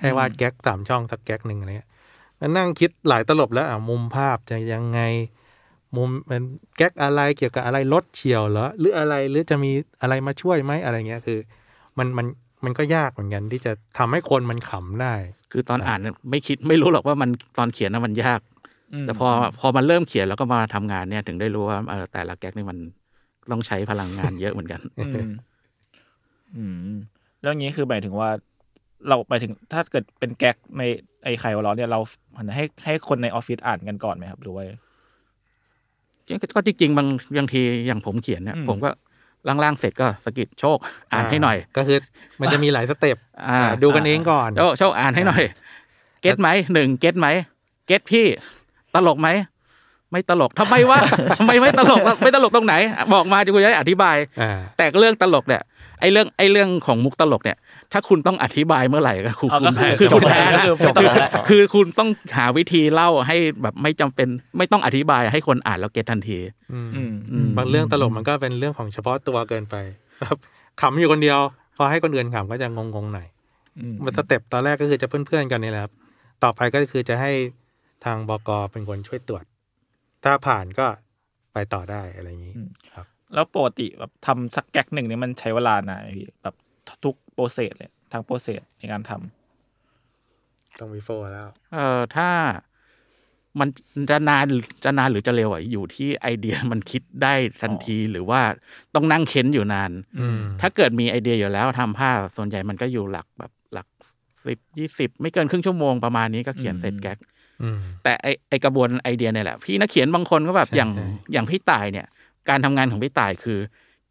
Speaker 6: ให้วาดแก๊กสามช่องสักแก๊กหนึ่งอะไรเงี้ยก็นั่งคิดหลายตลบแล้วอ่ะมุมภาพจะยังไง มุมเป็นแก๊กอะไรเกี่ยวกับอะไรรถเฉียวเหรอหรืออะไรหรือจะมีอะไรมาช่วยไหมอะไรเงี้ยคือ มันมันมันก็ยากเหมือนกันที่จะทำให้คนมันขำได้
Speaker 7: คือตอนอ่านเนี่ยไม่คิดไม่รู้หรอกว่ามันตอนเขียนน่ะมันยาก
Speaker 4: ม
Speaker 7: แต่พอพอมันเริ่มเขียนแล้วก็มาทำงานเนี่ย ถึงได้รู้ว่าเออแต่ละแก๊กนี่มันต้องใช้พลังงานเยอะเหมือนกัน
Speaker 4: อืมอืมแล้วอย่างนี้คือหมายถึงว่า เราหมายถึงถ้าเกิดเป็นแก๊กในไอ้ไข่หัวล้อเนี่ยเราให้ให้คนในออฟฟิศอ่านกันก่อนไหมครับหรือว่า
Speaker 7: ก็จริงๆบางบางทีอย่างผมเขียนเนี่ย
Speaker 4: อืม
Speaker 7: ผมก็ล่างๆเสร็จก็สะกิดโชคอ่านให้หน่อย
Speaker 6: ก็คือมันจะมีหลายสเต็ป
Speaker 7: อ่า
Speaker 6: อ่าดูกันเองก่อน
Speaker 7: โชคโชคอ่านให้หน่อย เก็ตไหมหนึ่งเก็ตไหมเก็ตพี่ ตลกไหมไม่ตลกทำไมวะ ทำไมไม่ตลกล่ะไม่ตลกตรงไหน บอกมาจะกูจะได้อธิบาย
Speaker 6: อ่า
Speaker 7: แต่เรื่องตลกเนี่ยไอ้เรื่องไอ้เรื่องของมุกตลกเนี่ย ถ้าคุณต้องอธิบายเมื่อไหร่ก็คุณ
Speaker 4: อ๋อ
Speaker 7: คุ
Speaker 4: ก็
Speaker 7: ณ
Speaker 4: คือ
Speaker 7: แพ้คือ
Speaker 4: จ
Speaker 7: คุ
Speaker 4: บ
Speaker 7: ณแพ้
Speaker 4: แล้ว
Speaker 7: นะ
Speaker 4: ก็คือจบแล้ว
Speaker 7: คือคุณต้องหาวิธีเล่าให้แบบไม่จำเป็น ไม่ต้องอธิบายให้คนอ่านแล้วเก็ตทันที
Speaker 6: อืม
Speaker 4: อืม
Speaker 7: อืม
Speaker 6: บางเรื่องตลกมันก็เป็นเรื่องของเฉพาะตัวเกินไป ครับขำอยู่คนเดียว พอให้คนอื่นขำก็จะงงๆหน่อย
Speaker 4: อืม
Speaker 6: มันสเต็ปตอนแรกก็คือจะเพื่อนๆกันนี่แหละครับ ต่อไปก็คือจะให้ทางบกเป็นคนช่วยตรวจ ถ้าผ่านก็ไปต่อได้อะไรอย่างนี้
Speaker 4: แล้วปกติแบบทำสักแก๊กหนึ่งเนี่ยมันใช้เวลานานไหมพี่แบบทุกโปรเซสเลยทางโปรเซสในการทำ
Speaker 6: ต้องมีโฟแล้ว
Speaker 7: เอ่อถ้ามันจะนานจะนานหรือจะเร็วอ่ะอยู่ที่ไอเดียมันคิดได้ทันทีหรือว่าต้องนั่งเค้นอยู่นาน
Speaker 6: อืม
Speaker 7: ถ้าเกิดมีไอเดียอยู่แล้วทำภาพส่วนใหญ่มันก็อยู่หลักแบบหลักสิบยี่สิบไม่เกินครึ่งชั่วโมงประมาณนี้ก็เขียนเสร็จแก๊ก
Speaker 6: อืม
Speaker 7: แต่ไอไอกระบวนไอเดียเนี่ยแหละพี่นักเขียนบางคนก็แบบ
Speaker 6: ใช่
Speaker 7: อย่าง
Speaker 6: ใช่
Speaker 7: อย่างพี่ต่ายเนี่ย การทำงานของพี่ต่ายคือ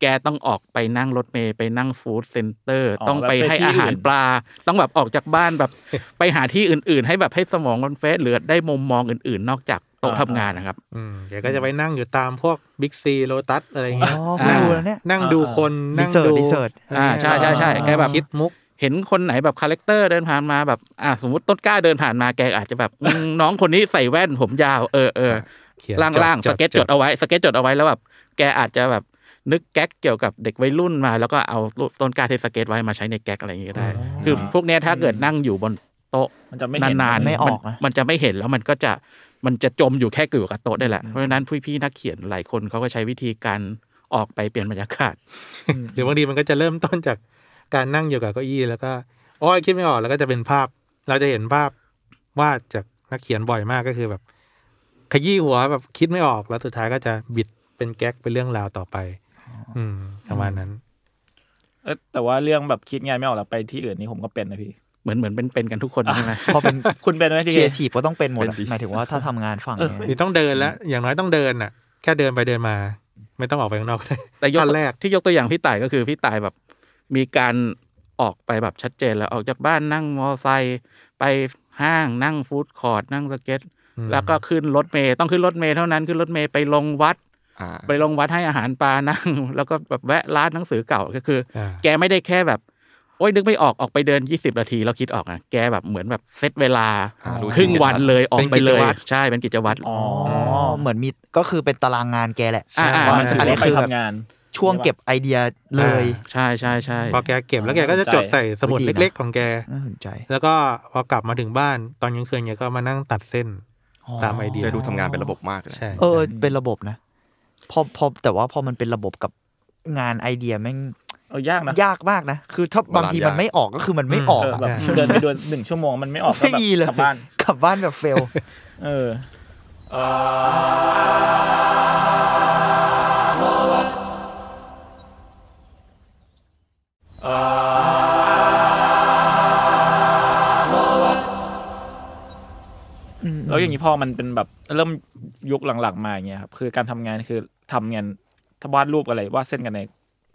Speaker 7: แกต้องออกไปนั่งรถเมย์ไปนั่งฟู้ดเซ็นเตอร์ ต้องไปให้อาหารปลา ต้องแบบออกจากบ้านแบบ ไปหาที่อื่น ๆ ให้แบบให้สมองมันเฟสเหลือได้มุมมองอื่น ๆ นอกจากโต๊ะทำงานนะครับ
Speaker 6: อืมเดี๋ยวก็จะไปนั่งอยู่ตามพวกบิ๊กซีโ t ตัสอะไรอย่างเงี้ย
Speaker 8: อ๋อ
Speaker 7: อ่า
Speaker 8: ดูแล้วเนี่ย
Speaker 6: นั่งดูคน
Speaker 8: รี
Speaker 6: นั่ง
Speaker 8: เสิร์ช
Speaker 6: ดู
Speaker 8: รีเสิร์ช
Speaker 7: อ่าใช่ใช่ใช่แกแบบ
Speaker 6: คิดมุก
Speaker 7: เห็นคนไหนแบบคาแรคเตอร์เดินผ่านมาแบบอ่าสมมติต้นกล้าเดินผ่านมาแกอาจจะแบบอืมน้องคนนี้ใส่แว่นผมยาวเออเออ
Speaker 6: เขียน
Speaker 7: ล่าง
Speaker 6: ด
Speaker 7: ล่างสเก็ตจดเอาไว้สเก็ตจดเอาไว้แล้วแบบแกอาจจะแบบนึกแก๊กเกี่ยวกับเด็กวัยรุ่นมา แล้วก็เอารูปต้นกล้าที่สเก็ตไว้มาใช้ในแก๊กอะไรอย่างงี้ก็ได้ คือพวกเนี้ยถ้าเกิดนั่งอยู่บนโต๊ะ
Speaker 4: มันจะไม่เห็น
Speaker 7: นานๆ
Speaker 8: ไม่ออก
Speaker 7: มัน
Speaker 8: นะ
Speaker 7: มันจะไม่เห็นแล้วมันก็จะมันจะจมอยู่แค่อยู่กับโต๊ะได้แหละเพราะฉะนั้นพี่พี่ๆนักเขียนหลายคนเขาก็ใช้วิธีการออกไปเปลี่ยนบรรยากาศ
Speaker 6: หรือบางทีมันก็จะเริ่มต้นจากการนั่งอยู่กับเก้าอี้แล้วก็โอ้ยคิดไม่ออกแล้วก็จะเป็นภาพ เราจะเห็นภาพวาดจากนักเขียนบ่อยมากก็คือแบบ ขยี้หัวแบบคิดไม่ออกแล้วสุดท้ายก็จะบิดเป็นแก๊กเป็นเรื่องราวต่อไป อืมประมาณนั้น
Speaker 4: เอ้ยแต่ว่าเรื่องแบบคิดงานไม่ออกแล้วไปที่อื่นนี่ผมก็เป็นนะพี่
Speaker 7: เหมือนเหมือนเป็นเป็นกันทุกคนใช่ไหม
Speaker 8: พอเป็น
Speaker 4: คุณเป็นไหม
Speaker 8: ค
Speaker 4: พี่
Speaker 8: รีเอทีฟก็ต้องเป็นหมด
Speaker 5: เป็
Speaker 8: อะ
Speaker 5: นดิ
Speaker 8: หมายถึงว่าถ้าทำงานฝั่งเนี่ย
Speaker 6: นี่ต้องเดินแล้ว อย่างน้อยต้องเดินน่ะ แค่เดินไปเดินมา ไม่ต้องออกไปข้างนอกก็ได้
Speaker 7: แต่ยก
Speaker 6: ขั้นแรก
Speaker 7: ที่ยกตัวอย่างพี่ต่ายก็คือพี่ต่ายแบบมีการออกไปแบบชัดเจนแล้วออกจากบ้านนั่งมอไซค์ไปห้างนั่งฟู้ดคอร์ทนั่งสเก็ต แล้วก็ขึ้นรถเมย์ต้องขึ้นรถเมย์เท่านั้นขึ้นรถเมย์ไปลงวัด
Speaker 5: อ่า
Speaker 7: ไปลงวัดให้อาหารปลานั่ง แล้วก็แบบแวะร้านหนังสือเก่าก็คือ
Speaker 6: อ่า
Speaker 7: แกไม่ได้แค่แบบ โอ้ยนึกไม่ออกออกไปเดินยี่สิบนาทีแล้วคิดออกอ่ะแกแบบเหมือนแบบเซตเวลา
Speaker 5: หาดู
Speaker 7: ครึ่งวันเลยออกไปเลย
Speaker 5: ป็นกิจวัตร
Speaker 7: ใช่เป็นกิจวัตร
Speaker 8: อ๋อเหมือนมีก็คือเป็นตารางงานแกแหละ
Speaker 7: อ่าอ่า
Speaker 8: ว่า
Speaker 7: มันถือ
Speaker 8: อันนี้
Speaker 4: ไป
Speaker 8: คือแบบ
Speaker 4: ทำงาน
Speaker 8: ช่วงเก็บไอเดียเลย
Speaker 7: ใช่ใช่ใช่
Speaker 6: พอแกเก็บแล้วแกก็จะจดใส่สมุดเล็ก ๆ ของแก
Speaker 8: น่าสนใจ
Speaker 6: แล้วก็พอกลับมาถึงบ้านตอนกลางคืนแกก็มานั่งตัดเส้นตามไอเดีย
Speaker 5: จะดูทำงานเป็นระบบมากเลย
Speaker 6: ใช่
Speaker 8: เออ เป็นระบบนะพอพอแต่ว่าพอมันเป็นระบบกับงานไอเดียแม่ง
Speaker 4: เอายากนะ
Speaker 8: ยากมากนะ คือถ้าบางทีมันไม่ออกก็คือมันไม่ออก
Speaker 4: เออ
Speaker 8: อะ
Speaker 4: แบบเดินไปเดินหนึ่งชั่วโมงมันไม่ออกก็
Speaker 8: ไม่
Speaker 4: แบบ
Speaker 8: มีเลย
Speaker 4: กลับบ้าน
Speaker 8: กลับบ้านแบบเฟล
Speaker 4: เออ แล้วอย่างนี้พอมันเป็นแบบเริ่มยุคหลังๆมาอย่างเงี้ยครับคือการทำงานคือทำงานถ้าวาดรูปอะไรวาดเส้นกันใน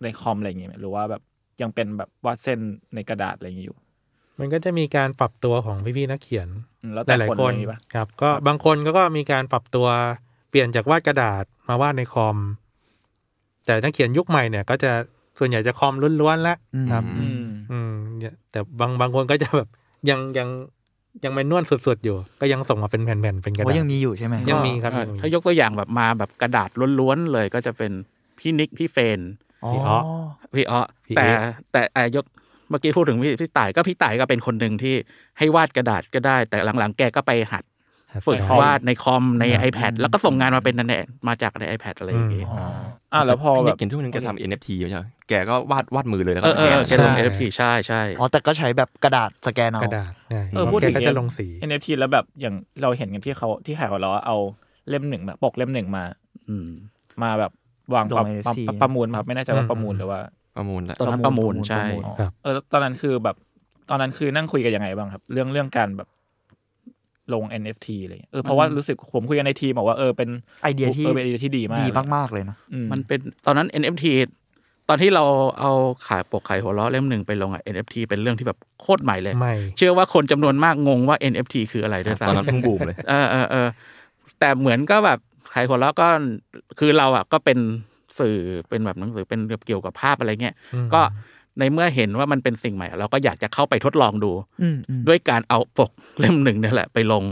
Speaker 4: ในคอมอะไรอย่างเงี้ยไหมหรือว่าแบบยังเป็นแบบวาดเส้นในกระดาษอะไรอย่างเงี้ยอยู่
Speaker 6: มันก็จะมีการปรับตัวของพี่ๆนักเขียน
Speaker 4: อืมแล้ว
Speaker 6: ห
Speaker 4: แต่
Speaker 6: ลาย
Speaker 4: คน
Speaker 6: ๆคน
Speaker 4: อะไรอย่างงี้ปะ
Speaker 6: ครับก็บางคนก็มีการปรับตัวเปลี่ยนจากวาดกระดาษมาวาดในคอม แต่นักเขียนยุคใหม่เนี่ยก็จะส่วนใหญ่จะคอมล้วนๆแล้วครับ
Speaker 4: อืม
Speaker 6: อืมเนี่ยแต่บางบางคนก็จะแบบยังยังยังแมนนวลสุดๆอยู่ ก็ยังส่งมาเป็นแผ่นๆเป็นกระ
Speaker 8: โอ้
Speaker 6: ดาษ
Speaker 8: ยังมีอยู่ใช่ไหม
Speaker 6: ยังมีครับ
Speaker 7: เออ
Speaker 6: ยังมี
Speaker 7: ถ้ายกตัวอย่างแบบมาแบบกระดาษล้วนๆเลยก็จะเป็นพี่นิกพี่เฟน
Speaker 8: อ๋อ
Speaker 6: พี่อ๊อ
Speaker 7: พี่อ้อ
Speaker 6: พี่
Speaker 7: แต่
Speaker 6: เอ๊ะ
Speaker 7: แต่อายกเมื่อกี้พูดถึงพี่พี่ต่ายก็พี่ต่ายก็เป็นคนหนึ่งที่ให้วาดกระดาษก็ได้ แต่หลังๆ แกก็ไปหัดฝึก
Speaker 6: ใช่
Speaker 7: วาดในคอมใน iPad แล้วก็ส่งงานมาเป็นนันแหละมาจากใน iPad อะไรอย่างงี้
Speaker 6: อืม
Speaker 4: อ่าแล้วพอ
Speaker 5: พี่
Speaker 4: แบ
Speaker 5: นิก
Speaker 4: บ
Speaker 5: เขียนช่วงหนึงแกทำ NFT ไม่ใช่ไหมแกก็วาดวาดมือเลยแล้ว
Speaker 7: เอ
Speaker 5: ก็ส
Speaker 7: อเอ
Speaker 5: แก
Speaker 7: อน แกลง
Speaker 6: ใช่
Speaker 7: NFT ใช่ใช่
Speaker 8: อ๋อ แต่ก็ใช้แบบกระดาษสแกนเอา
Speaker 6: กระดาษใช่
Speaker 4: เออพูดถึง
Speaker 6: แกก็จะลงสี
Speaker 4: NFT แล้วแบบอย่างเราเห็นกันที่เขาที่ขายของเราเอาเล่มหนึ่งแบบปกเล่มหนึ่งมา
Speaker 7: อืม
Speaker 4: มาแบบวาง
Speaker 8: ล
Speaker 4: ป
Speaker 8: ง
Speaker 4: ระ
Speaker 8: NFT
Speaker 4: ประประประมูลครับไม่แน่ใจว่าประมูลหรือว่า
Speaker 5: ประมูลแหละ
Speaker 7: ตอนนั้นประมูลใช่
Speaker 4: อ๋อ
Speaker 6: ครับ
Speaker 4: เออแล้วตอนนั้นคือแบบตอนนั้นคือนั่งคุยกันยังไงบ้างครับ เรื่องเรื่องการแบบลง NFT อะไรอย่างเงี้ยเออเพราะว่ารู้สึกผมคุยกันในทีมบอกว่าเออเป็น
Speaker 8: ไอเดียที่
Speaker 4: เออเป็นไอเดียที่ดีมาก
Speaker 8: ดีมากๆเลยนะ
Speaker 4: อืม
Speaker 7: มันเป็นตอนนั้น NFT ตอนที่เราเอาขายปกขายหัวเราะเล่มหนึ่งไปลงอะ NFT เป็นเรื่องที่แบบโคตรใหม่เลย
Speaker 6: ไม่
Speaker 7: เชื่อว่าคนจำนวนมากงงว่า NFT คืออะไรด้วย
Speaker 5: ตอน
Speaker 7: ซ้ำ
Speaker 5: นั้นเพิ่งบูมเลย
Speaker 7: เออเออเออแต่เหมือนก็แบบขายหัวเราะก็คือเราอ่ะก็เป็นสื่อเป็นแบบหนังสือเป็นเกี่ยวกับภาพอะไรเงี้ย
Speaker 6: อืม
Speaker 7: ก็ในเมื่อเห็นว่ามันเป็นสิ่งใหม่ เราก็อยากจะเข้าไปทดลองดู
Speaker 8: อืมอืม
Speaker 7: ด้วยการเอาปกเล่มหนึ่งเนี่ยแหละไปลง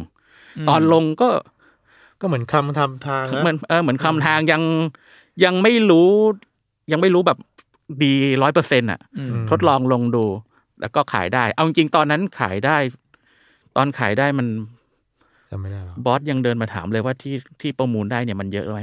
Speaker 7: ตอนลงก็
Speaker 6: ก็เหมือนคำทำทางนะ
Speaker 7: เหมือนเออเหมือนคำทางยังยังไม่รู้ ยังไม่รู้แบบดีร้อยเปอร์เซ็นต์อ่ะ
Speaker 4: อืม
Speaker 6: ม
Speaker 7: ทดลองลงดู แล้วก็ขายได้ เอาจริงๆตอนนั้นขายได้ ตอนขายได้มัน
Speaker 6: จำไม่ได้หรอก
Speaker 7: บอสยังเดินมาถามเลยว่าที่ที่ประมูลได้เนี่ยมันเยอะไหม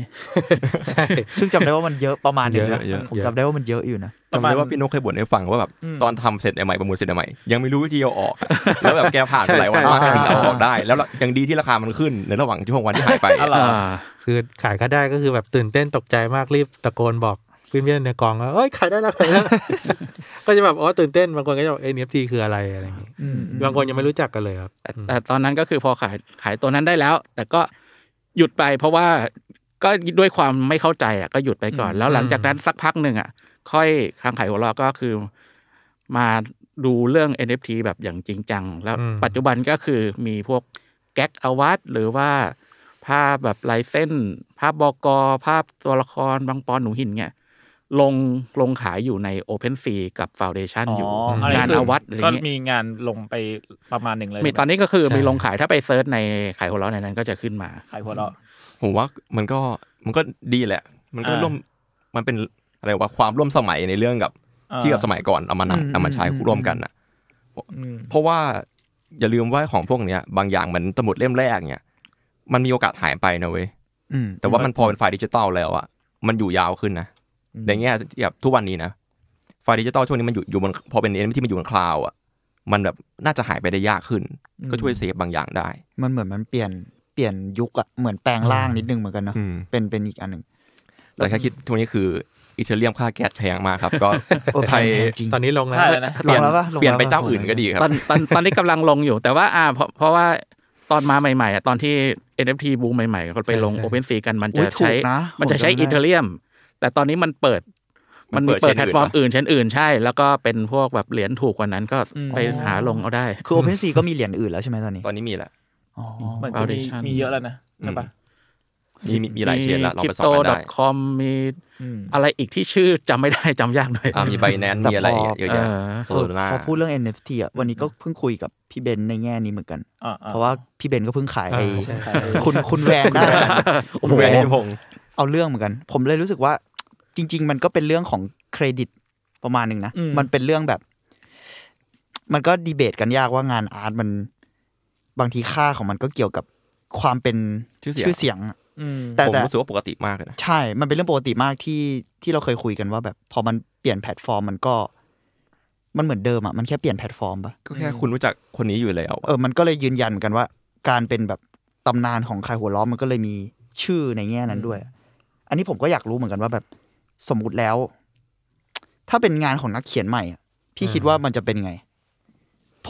Speaker 6: ใช่
Speaker 8: ซึ่งจำได้ว่ามันเยอะประมาณหนึงนะ
Speaker 5: เยอะ
Speaker 8: ผมจำได้ว่ามันเยอะอยู่นะ
Speaker 5: จำได้ว่าพี่นกเคยบ่นให้ฟังว่าแบบตอนทำเสร็จใหม่ๆประมูลเสร็จใหม่ยังไม่รู้วิธีเอาออก แล้วแบบแกผ่านไปหลายวันมากถึงจะเอาออกได้ แล้วยังดีที่ราคามันขึ้นในระหว่างช่วงวันที่หายไป
Speaker 4: อะไรอ่ะ
Speaker 6: คือขายก็ได้ก็คือแบบตื่นเต้นตกใจมากรีบตะโกนบอกเพื่อนๆในกองว่าเอ้ยขายได้แล้วขายได้แล้ว ก็จะแบบอ๋อตื่นเต้นบางคนก็จะบอก NFT คืออะไรอะไรอย่างงี้บางคนยังไม่รู้จักกันเลยครับ
Speaker 7: แต่แต่ตอนนั้นก็คือพอขายขายตัวนั้นได้แล้ว แต่ก็หยุดไปเพราะว่าก็ด้วยความไม่เข้าใจอ่ะก็หยุดไปก่อน แล้วหลังจากนั้นสักพักหนึ่งอ่ะ ค่อยคางขายหัวเราะก็คือ มาดูเรื่อง NFT แบบอย่างจริงจัง แล้ว
Speaker 6: อืม
Speaker 7: ปัจจุบันก็คือมีพวกแก๊กอวัตหรือว่าภาพแบบลายเส้น ภาพบอกอภาพตัวละครบางปอนหนูหินเนี่ยลงลงขายอยู่ใน Open s e a กับ Foundation
Speaker 4: อ๋อ
Speaker 7: อยู่
Speaker 4: อะไร
Speaker 7: งาน
Speaker 4: คื
Speaker 7: อวัตอะไร
Speaker 4: ก็
Speaker 7: เงี้ย
Speaker 4: มีงานลงไปประมาณหนึ่งเลย
Speaker 7: มีตอนนี้ก็คือ
Speaker 6: ใช่
Speaker 7: มีลงขายถ้าไปเซิร์ชในขายหัวเราะในนั้นก็จะขึ้นมา
Speaker 4: ขายหัวเราะ
Speaker 5: ผมว่ามันก็มันก็ดีแหละ มันก็
Speaker 4: อ่า
Speaker 5: ร่วมมันเป็นอะไรว่าความร่วมสมัยในเรื่องกับ ที่กับสมัยก่อนเอามานำเอามาใช้ร่วมกันอ่ะ
Speaker 4: อืม
Speaker 5: เพราะว่าอย่าลืมว่าของพวกเนี้ย บางอย่างเหมือนสมุดเล่มแรกเนี่ย มันมีโอกาสหายไปนะเว้ย
Speaker 8: อืม
Speaker 5: แต่ว่ามันพอเป็นไฟล์ดิจิตอลแล้วอะมันอยู่ยาวขึ้นนะ
Speaker 4: อืม
Speaker 5: ในแง่ที่แบบทุกวันนี้นะ ไฟล์ดิจิตอลช่วงนี้มันอยู่อยู่บนพอเป็นเอ็นที่มันอยู่บนคลาวอะมันแบบน่าจะหายไปได้ยากขึ้น ก็ช่วยเซฟบางอย่างได้
Speaker 8: มันเหมือนมันเปลี่ยนเปลี่ยนยุคอะเหมือนแปลงร่างนิดนึงเหมือนกันเนาะ
Speaker 5: อืม
Speaker 8: เป็นเป็นอีกอันหนึ่ง
Speaker 5: แต่แค่คิดทุกวันนี้คืออิตาเลียมค่าแก๊สแพงมากครับ ก็
Speaker 8: โอ้แพ
Speaker 5: ใครง
Speaker 8: แพงจริง
Speaker 6: ตอนนี้ลงแล้ว
Speaker 4: ใช่แล้วนะ
Speaker 5: เปลี่ยน
Speaker 8: ลงแล้วปะลงแล้วปะ
Speaker 5: เปลี่ยนไปเจ้าอื่นก็ดีครับ
Speaker 7: ตอนตอนต อนนี้กำลังลงอยู่ แต่ว่าอ่าเพราะเพราะว่าตอนมาใหม่ๆอ่ะตอนที่ NFT บูมใหม่ๆก็ไปลง
Speaker 6: ใช่ใช่
Speaker 7: Open s e a กันมัน
Speaker 8: อุ๊
Speaker 7: จะ
Speaker 8: ยถูก
Speaker 7: ใช้
Speaker 8: นะ
Speaker 7: มันจะใช้
Speaker 8: ผมจำได้
Speaker 7: อีเทเรียม แต่ตอนนี้มันเปิด
Speaker 5: มั
Speaker 7: มัน น
Speaker 5: เปิ
Speaker 7: มี
Speaker 5: ด
Speaker 7: เปิด
Speaker 5: เช่นอื่น
Speaker 7: แพลตฟอร์ม
Speaker 5: ปะ
Speaker 7: อื่นเช่นอื่นใช่ แล้วก็เป็นพวกแบบเหรียญถูกกว่านั้นก็
Speaker 4: อืม
Speaker 7: ไปหาลงเอาได้
Speaker 8: คือ Open ซีก็มีเหรียญอื่นแล้วใช่ไหมตอนนี้
Speaker 5: ตอนนี้มีละ
Speaker 8: อ๋อ
Speaker 4: เหมือนจะมี
Speaker 7: Foundation
Speaker 4: มีเยอะแล้วนะใช่ปะ
Speaker 5: มีมีมีหลายเชนละลอง
Speaker 7: คริ
Speaker 5: ไป
Speaker 7: ป
Speaker 5: สอบ
Speaker 7: โต
Speaker 5: กันได้
Speaker 7: .com มี
Speaker 4: อืม
Speaker 7: อะไรอีกที่ชื่อจำไม่ได้ จำยากหน่อย
Speaker 5: อ่ะมีไบแนน
Speaker 8: แต่
Speaker 5: มีอะไร
Speaker 8: พอ
Speaker 5: เยอะแยะ
Speaker 7: เออ
Speaker 5: โซน่า
Speaker 8: พอพูดเรื่อง NFT อ่ะวันนี้ก็เพิ่งคุยกับพี่เบนในแง่นี้เหมือนกัน
Speaker 4: อ่ๆ
Speaker 8: เพราะว่าพี่เบนก็เพิ่งขายไอ้
Speaker 6: ใช่ใช่
Speaker 8: คุณคุณแวนได้โอ้โห
Speaker 5: แหวนนิติพงศ์
Speaker 8: เอาเรื่องเหมือนกัน ผมเลยรู้สึกว่า จริง ๆ มันก็เป็นเรื่องของเครดิตประมาณหนึ่งนะ มันเป็นเรื่องแบบ มันก็ดีเบตกันยากว่างานอาร์ตมันบางทีค่าของมันก็เกี่ยวกับความเป็น
Speaker 5: ชื่อเสียง
Speaker 8: อเสียงอะ
Speaker 4: อืม
Speaker 8: แต่
Speaker 5: ผม
Speaker 8: แต่
Speaker 5: รู้สึกว่าปกติมากเลยนะ
Speaker 8: ใช่ มันเป็นเรื่องปกติมากที่ที่เราเคยคุยกันว่าแบบ พอมันเปลี่ยนแพลตฟอร์มมันก็ มันเหมือนเดิมอ่ะมันแค่เปลี่ยนแพลตฟอร์มปะ
Speaker 5: ก็แค่คุณรู้จักคนนี้อยู่แล้ว
Speaker 8: เออมันก็เลยยืนยันเหมือนกันว่า การเป็นแบบตำนานของใครหัวล้อมันก็เลยมีชื่อในแง่นั้นด้วย อันนี้ผมก็อยากรู้เหมือนกันว่าแบบสมมุติแล้ว ถ้าเป็นงานของนักเขียนใหม่อะพี่คิดว่ามันจะเป็นไง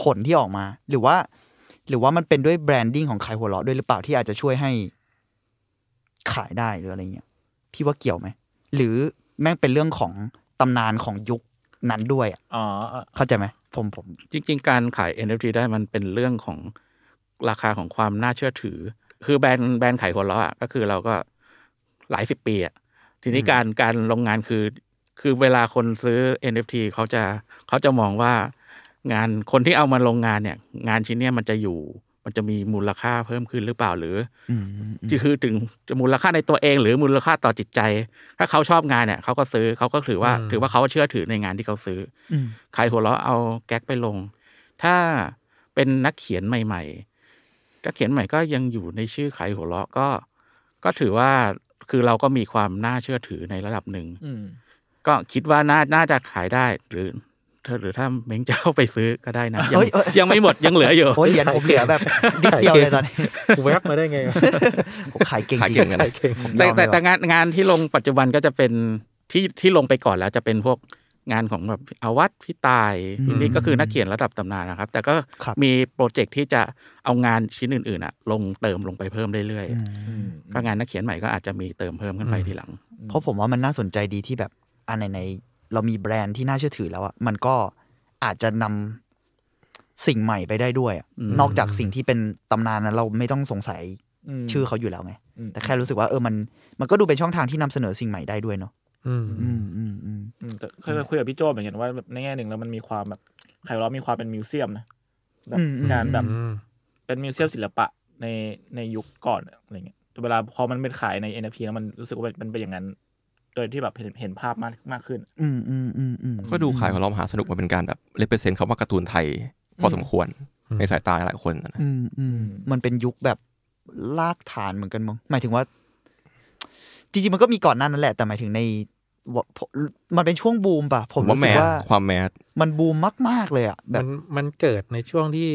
Speaker 8: ผลที่ออกมา หรือว่า หรือว่ามันเป็นด้วยแบรนดิ้งของขายหัวเราะด้วยหรือเปล่าที่อาจจะช่วยให้ ขายได้หรืออะไรเงี้ยพี่ว่าเกี่ยวไหม หรือแม่งเป็นเรื่องของตำนานของยุคนั้นด้วยอะ
Speaker 4: อ๋ออ่ะ
Speaker 8: เข้าใจไหมผมผม
Speaker 7: จริง ๆ การขาย NFT ได้มันเป็นเรื่องของราคาของความน่าเชื่อถือ คือแบรนด์แบรนด์ขายหัวเราะอ่ะก็คือเราก็หลายสิบปีอ่ะทีนี้การการลงงานคือ คือเวลาคนซื้อ NFT เขาจะเขาจะมองว่างานคนที่เอามาลงงานเนี่ย งานชิ้นเนี้ยมันจะอยู่ มันจะมีมูลค่าเพิ่มขึ้นหรือเปล่าหรือ
Speaker 8: อืม
Speaker 7: คือถึงจะมูลค่าในตัวเอง หรือมูลค่าต่อจิตใจ ถ้าเขาชอบงานเนี่ยเขาก็ซื้อเขาก็ถือว่า
Speaker 6: อืม
Speaker 7: ถือว่าเขาเชื่อถือในงานที่เขาซื้ออ
Speaker 8: อืม
Speaker 7: ขายหัวเราะเอาแก๊กไปลง ถ้าเป็นนักเขียนใหม่ๆนักเขียนใหม่ก็ยังอยู่ในชื่อขายหัวเราะก็ ก็ถือว่าคือเราก็มีความน่าเชื่อถือในระดับหนึ่ง
Speaker 4: อืม
Speaker 7: ก็คิดว่าน่าน่าจะขายได้หรือถ้าหรือถ้าเม้งจะเข้าไปซื้อก็ได้นะยังยังไม่หมดยังเหลืออยู่
Speaker 8: โอ้ยเหรียญผมเหลือแบบ นิดเดียวเลยตอนนี้
Speaker 6: กูแวบมาได้ไงวะ
Speaker 8: ผมขายเก่ง
Speaker 5: ขาย
Speaker 8: จริ
Speaker 5: เก่ง
Speaker 8: ง
Speaker 5: กัน
Speaker 6: ใคร
Speaker 5: นะ
Speaker 6: เก่ง
Speaker 7: แต่
Speaker 8: ยอม
Speaker 7: แต่
Speaker 8: เลยว่ะ
Speaker 7: แต่งานงานที่ลงปัจจุบันก็จะเป็นที่ที่ลงไปก่อนแล้วจะเป็นพวกงานของแบบอาวัตพี่ตาย
Speaker 8: อืม
Speaker 7: นี่ก็คือนักเขียนระดับตำนานนะครับ แต่ก็
Speaker 8: ครับ
Speaker 7: มีโปรเจกต์ที่จะเอางานชิ้นอื่นๆอะลงเติมลงไปเพิ่มเรื่อย
Speaker 8: อืม
Speaker 4: อืม
Speaker 7: ๆก็งานนักเขียนใหม่ก็อาจจะมีเติมเพิ่มขึ้นไป
Speaker 6: อืม
Speaker 7: ทีหลัง
Speaker 8: เพราะผมว่ามันน่าสนใจดีที่แบบอันไหนๆเรามีแบรนด์ที่น่าเชื่อถือแล้วอะมันก็อาจจะนำสิ่งใหม่ไปได้ด้วยอะ
Speaker 7: อืม
Speaker 8: นอกจากสิ่งที่เป็นตำนานนั้นเราไม่ต้องสงสัย
Speaker 4: ม
Speaker 8: ชื่อเขาอยู่แล้วไง
Speaker 4: อืม
Speaker 8: แต่แค่รู้สึกว่าเออมัน มันก็ดูเป็นช่องทางที่นำเสนอสิ่งใหม่ได้ด้วยเนาะ
Speaker 6: อืม
Speaker 8: อืมอืมอืม
Speaker 4: อืมแต่เคยเคยคุยกับพี่โจเหมือนกันว่าแบบในแง่หนึ่งแล้วมันมีความแบบใครเรามีความเป็นมิวเซียมนะแบบงานแบบ
Speaker 6: อืม
Speaker 4: เป็นมิวเซียมศิลปะในในยุคก่อนอะไรเงี้ยแต่เวลาพอมันเป็นขายใน NFT แล้วมันรู้สึกว่ามันเป็นอย่างนั้น โดยที่แบบเห็นเห็นภาพมากมากขึ้น
Speaker 8: อืมอืมอืมอืม
Speaker 5: ก็ดูขายของเรามหาสนุกมันเป็นการแบบเลเปอร์เซนต์คำว่าการ์ตูนไทย พอสมควรในสายตาหลายคนนะ
Speaker 8: อืมอืมมันเป็นยุคแบบลากฐานเหมือนกันมั้งหมายถึงว่า จริงๆมันก็มีก่อนหน้านั้นแหละ แต่หมายถึงในวะมันเป็นช่วงบูมป่ะ ผ
Speaker 5: ผม มว่า
Speaker 8: รู้
Speaker 5: แม
Speaker 8: สึก
Speaker 5: ส
Speaker 8: ว่า
Speaker 5: ความแมส
Speaker 8: มันบูมมาก ๆ เลยอ่ะ แบ
Speaker 6: มั
Speaker 8: บ
Speaker 6: นมันเกิดในช่วงที่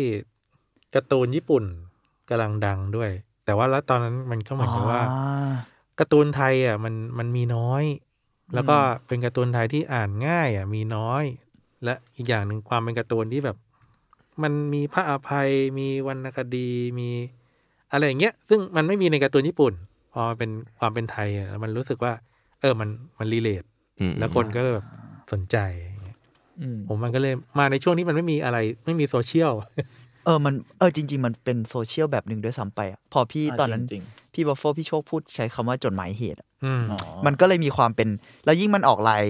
Speaker 6: การ์ตูนญี่ปุ่นกำลังดังด้วย แต่ว่าแล้วตอนนั้นมันก็เหมือนกับว่า
Speaker 8: อ่า
Speaker 6: การ์ตูนไทยอ่ะมันมันมีน้อย แล้วก็เป็นการ์ตูนไทยที่อ่านง่ายอ่ะมีน้อย และอีกอย่างหนึ่งความเป็นการ์ตูนที่แบบ มันมีพระอภัยมีวรรณคดีมีอะไรอย่างเงี้ย ซึ่งมันไม่มีในการ์ตูนญี่ปุ่น พอมันเป็นความเป็นไทยอ่ะแล้วมันรู้สึกว่า เออมันมันรีเลท
Speaker 5: อืม
Speaker 6: แล้วคนก็แบบสนใจอย่างเงี้ย
Speaker 4: อืม
Speaker 6: ผมมันก็เลยมาในช่วงนี้มันไม่มีอะไรไม่มีโซเชียล
Speaker 8: เออ มัน เออ จริง ๆ มันเป็นโซเชียลแบบหนึ่งด้วยซ้ำไปอ่ะ พอพี่ตอนนั้น
Speaker 4: จริง
Speaker 8: พี่บัฟเฟพี่โชคพูดใช้คำว่าจดหมายเหตุอะ
Speaker 6: อืม
Speaker 4: ๆอ๋อ
Speaker 8: มันก็เลยมีความเป็น แล้วยิ่งมันออกลาย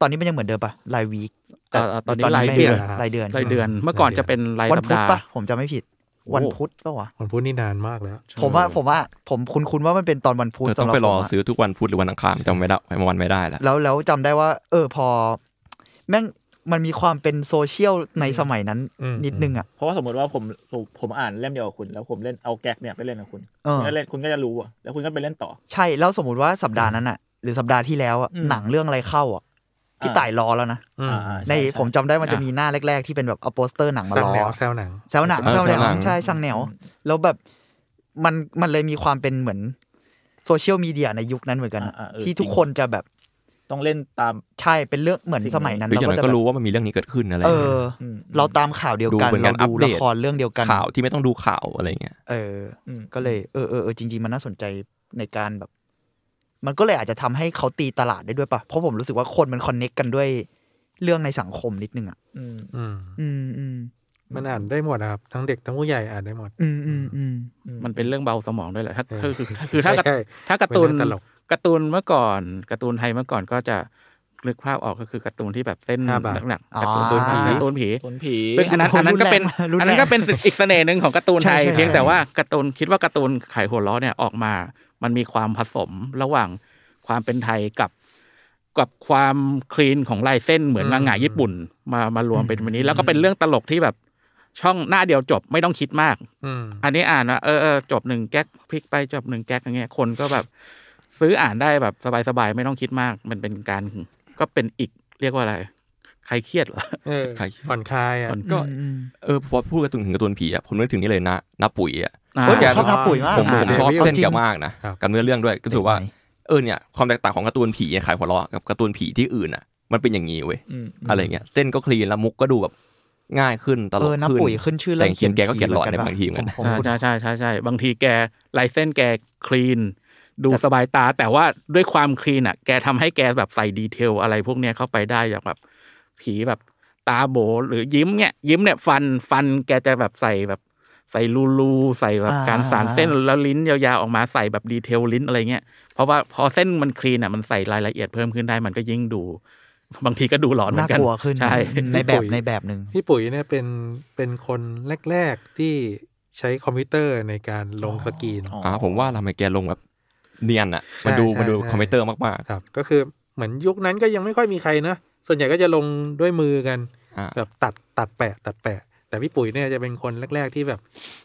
Speaker 8: ตอนนี้มันยังเหมือนเดิมป่ะลายวีค
Speaker 7: อ่าอ่าตอนนี้ราย
Speaker 8: ไม่
Speaker 7: เดือน
Speaker 8: รายเดือน
Speaker 7: รายเดือนเมื่อก่อนจะเป็นราย
Speaker 8: วัน
Speaker 7: สัป
Speaker 8: พุธ
Speaker 7: ดาห์
Speaker 8: ป่ะ ผมจะไม่ผิด วันพุธป่ะวะ
Speaker 6: ผมพูดนี่นานมากแล้ว
Speaker 8: ผมว่า ผมว่า ผมคุ้นๆว่ามันเป็นตอนวันพุธ
Speaker 5: เออต้อง
Speaker 8: สำหรับ
Speaker 5: ไปรอ
Speaker 8: ผมะ
Speaker 5: ซื้อทุกวันพุธหรือวันอังคารจำไม่ได้วันไม่ได้ละ
Speaker 8: แล้วแล้วจำได้ว่า เออ พอ แม่ง มันมีความเป็นโซเชียลในสมัยนั้น
Speaker 6: อืม
Speaker 8: นิดนึงอ่ะ
Speaker 4: เพราะว่าสมมติว่าผมผมผมอ่านเล่มเดียวกับคุณ แล้วผมเล่นเอาแก๊กเนี่ยไปเล่นกับคุณ
Speaker 8: เออ
Speaker 4: แล้วเล่นคุณก็จะรู้อะแล้วคุณก็ไปเล่นต่อ
Speaker 8: ใช่แล้วสมมติว่าสัปดาห์นั้นอ่ะ หรือสัปดาห์ที่แล้วอะ
Speaker 4: อืม
Speaker 8: หนังเรื่องอะไรเข้าอ่ะพี่ต่ายรอแล้วนะ
Speaker 6: อืม
Speaker 4: อ่าๆ
Speaker 8: ใน
Speaker 4: ช่ช่
Speaker 8: ผมจำได้มัน
Speaker 7: อ่ะ
Speaker 8: จะมีหน้าแรก ๆ ที่เป็นแบบเอาโปสเตอร์หนังมา
Speaker 6: แซว
Speaker 8: ล้อ
Speaker 6: แนวแซวหนัง
Speaker 8: แซวหนังแซวหนังใช่สั่งแนว แล้วแบบมันมันเลยมีความเป็นเหมือนโซเชียลมีเดียในยุคนั้นเหมือนกันอะ
Speaker 4: อ่ะอ่ะเออจริ
Speaker 8: ที่
Speaker 4: ง
Speaker 8: ทุกคนจะแบบ
Speaker 4: ต้องเล่นตาม
Speaker 8: ใช่เป็นเรื่องเหมือน
Speaker 4: สิ่ง
Speaker 8: สมัยนั้น
Speaker 5: หรืออย่าง
Speaker 8: ก็
Speaker 5: นั้น
Speaker 8: จะ
Speaker 5: ก็
Speaker 8: แบบ
Speaker 5: รู้ว่ามันมีเรื่องนี้เกิดขึ้นอะไร
Speaker 8: เอ
Speaker 5: เงี้ย
Speaker 8: ออ
Speaker 4: ม
Speaker 8: เราตามข่าวเดียวกัน
Speaker 5: ดูเหมือนกั
Speaker 8: เรา
Speaker 5: น
Speaker 8: ดู
Speaker 5: อัปเด
Speaker 8: ละ
Speaker 5: ต
Speaker 8: ครเรื่องเดียวกัน
Speaker 5: ข่าวที่ไม่ต้องดูข่าวอะไรเงี้ย
Speaker 8: เออ
Speaker 4: อืม
Speaker 8: ก็เลยเออเออเออจริง ๆ มันน่าสนใจในการแบบ มันก็เลยอาจจะทำให้เขาตีตลาดได้ด้วยปะเพราะผมรู้สึกว่าคนมันคอนเน็กกันด้วยเรื่องในสังคมนิดนึงอ่ะ
Speaker 4: อืม
Speaker 6: อืม
Speaker 8: อืมอืม
Speaker 6: มันอ่านได้หมดนะครับ ทั้งเด็กทั้งผู้ใหญ่อ่านได้หมด
Speaker 8: อืมอืมอืม
Speaker 7: มันเป็นเรื่องเบาสมองด้วยแหละถ้า
Speaker 6: เออ
Speaker 7: คือคือคือถ้า
Speaker 6: ใช่ใช่
Speaker 7: ถ้าการ์ตูน
Speaker 6: เป็นเรื่องตลก
Speaker 7: การ์ตูนเมื่อก่อนการ์ตูนไทยเมื่อก่อนก็จะนึกภาพออกก็คือการ์ตูนที่แบบเส้น
Speaker 6: ห้าบาท
Speaker 7: หนัก
Speaker 8: อ๋
Speaker 7: ๆ
Speaker 8: อ
Speaker 7: การ์ตูนผีการ์ตูนผี
Speaker 4: สนผี
Speaker 7: ซึ่งอันนั้น
Speaker 8: โอ้โห
Speaker 7: อันนั้นก็เป็น
Speaker 8: รุนแรงมาก
Speaker 7: อันนั้นก็เป็นอีกเสน่ห์หนึ่งของการ์ตูนไทย
Speaker 8: ใช่ใช่
Speaker 7: เพียงแต่ว่าการ์ตูนคิดว่าการ์ตูนขายหัวล้อเนี่ยออกมา มันมีความผสมระหว่างความเป็นไทยกับกับความคลีนของลายเส้นเหมือนมังงะญี่ปุ่น มามารวมเป็นวันนี้ แล้วก็เป็นเรื่องตลกที่แบบช่องหน้าเดียวจบไม่ต้องคิดมาก
Speaker 6: อืม
Speaker 7: อันนี้อ่านว่าเออเออจบหนึ่งแก๊กพลิกไปจบหนึ่งแก๊กอย่างเงี้ยคนก็แบบซื้ออ่านได้แบบสบายๆไม่ต้องคิดมาก มันเป็นการก็เป็นอีกเรียกว่าอะไร ใครเครียดเหรอ
Speaker 6: เออ
Speaker 5: ใคร
Speaker 6: ผ่อนคลายอ่ะ
Speaker 7: ผ่อน
Speaker 5: ก็
Speaker 8: อืมอืม
Speaker 5: เออพอพูดการ์ตูนถึงการ์ตูนผีอ่ะผมนึกถึงนี่เลยนะนาปุ๋ยอ่ะ
Speaker 7: อ่า
Speaker 8: เฮ้ยผ
Speaker 5: แก
Speaker 8: มชอบทับปุ๋ยมาก
Speaker 5: ผม
Speaker 8: ะ
Speaker 5: ผมชอบ
Speaker 6: เออ
Speaker 5: เส้นแกมากนะครับ กับเนื้อเรื่องด้วยก็รู้สึกว่า
Speaker 8: เด็กไหม
Speaker 5: เออเนี่ยความแตกต่างของการ์ตูนผีขายหัวเราะกับการ์ตูนผีที่อื่นอ่ะ มันเป็นอย่างนี้เว้ย
Speaker 4: อืม
Speaker 5: อะไรเงี้ยเส้นก็คลีนแล้วมุกก็ดูแบบง่ายขึ้นตล
Speaker 8: เอก อน้า
Speaker 5: ขึ้น
Speaker 8: ปุ๋ยขึ้นชื่อ
Speaker 5: แต่
Speaker 8: เรื่อง
Speaker 5: เขียนแกก็เขียนหลอดใน
Speaker 8: ผี
Speaker 5: บางทีเหมือนกัน
Speaker 8: ผม
Speaker 7: ใช่
Speaker 8: ผม
Speaker 7: ใช่ใช่ใช่ใช่บางทีแกลายเส้นแกคลีน ดูสบายตา แต่ว่าด้วยความคลีนอ่ะ แกทำให้แกแบบใส่ดีเทลอะไรพวกเนี้ยเข้าไปได้อย่างแบบ ผีแบบตาโบหรือยิ้มเนี่ย ยิ้มเนี่ยฟันฟันแกจะแบบใส่แบบใส่รูรูใส่แบบ
Speaker 8: อ่า
Speaker 7: การสานเส้นแล้วลิ้นยาวๆออกมาใส่แบบดีเทลลิ้นอะไรเงี้ยเพราะว่าพอเส้นมันคลีนอ่ะมันใส่รายละเอียดเพิ่มขึ้นได้มันก็ยิ่งดู บางทีก็ดูหลอนเหมือ
Speaker 8: น่าน
Speaker 7: กัน
Speaker 8: กลัวขึ้น
Speaker 7: ใช่
Speaker 8: ในแบบ
Speaker 6: ปุ๋ย
Speaker 8: ในแบบหนึ่ง
Speaker 6: พี่ปุ๋ยเนี่ยเป็นเป็นคนแรก ๆ ที่ใช้คอมพิวเตอร์ในการลงสกรีน
Speaker 4: อ๋อ
Speaker 5: อ่าผมว่าทำไมแกลงแบบเนียนอ่ะมันดู
Speaker 6: ใช่ใช่
Speaker 5: มันดู
Speaker 6: ใช่
Speaker 5: คอมพิวเตอร์มาก
Speaker 6: ครับ ก็คือเหมือนยุคนั้นก็ยังไม่ค่อยมีใครนะ ส่วนใหญ่ก็จะลงด้วยมือกัน
Speaker 5: ๆอ่า
Speaker 6: แบบตัดตัดแปะ ตัดแปะ แต่พี่ปุ๋ยเนี่ยจะเป็นคนแรก ๆ ที่แบบ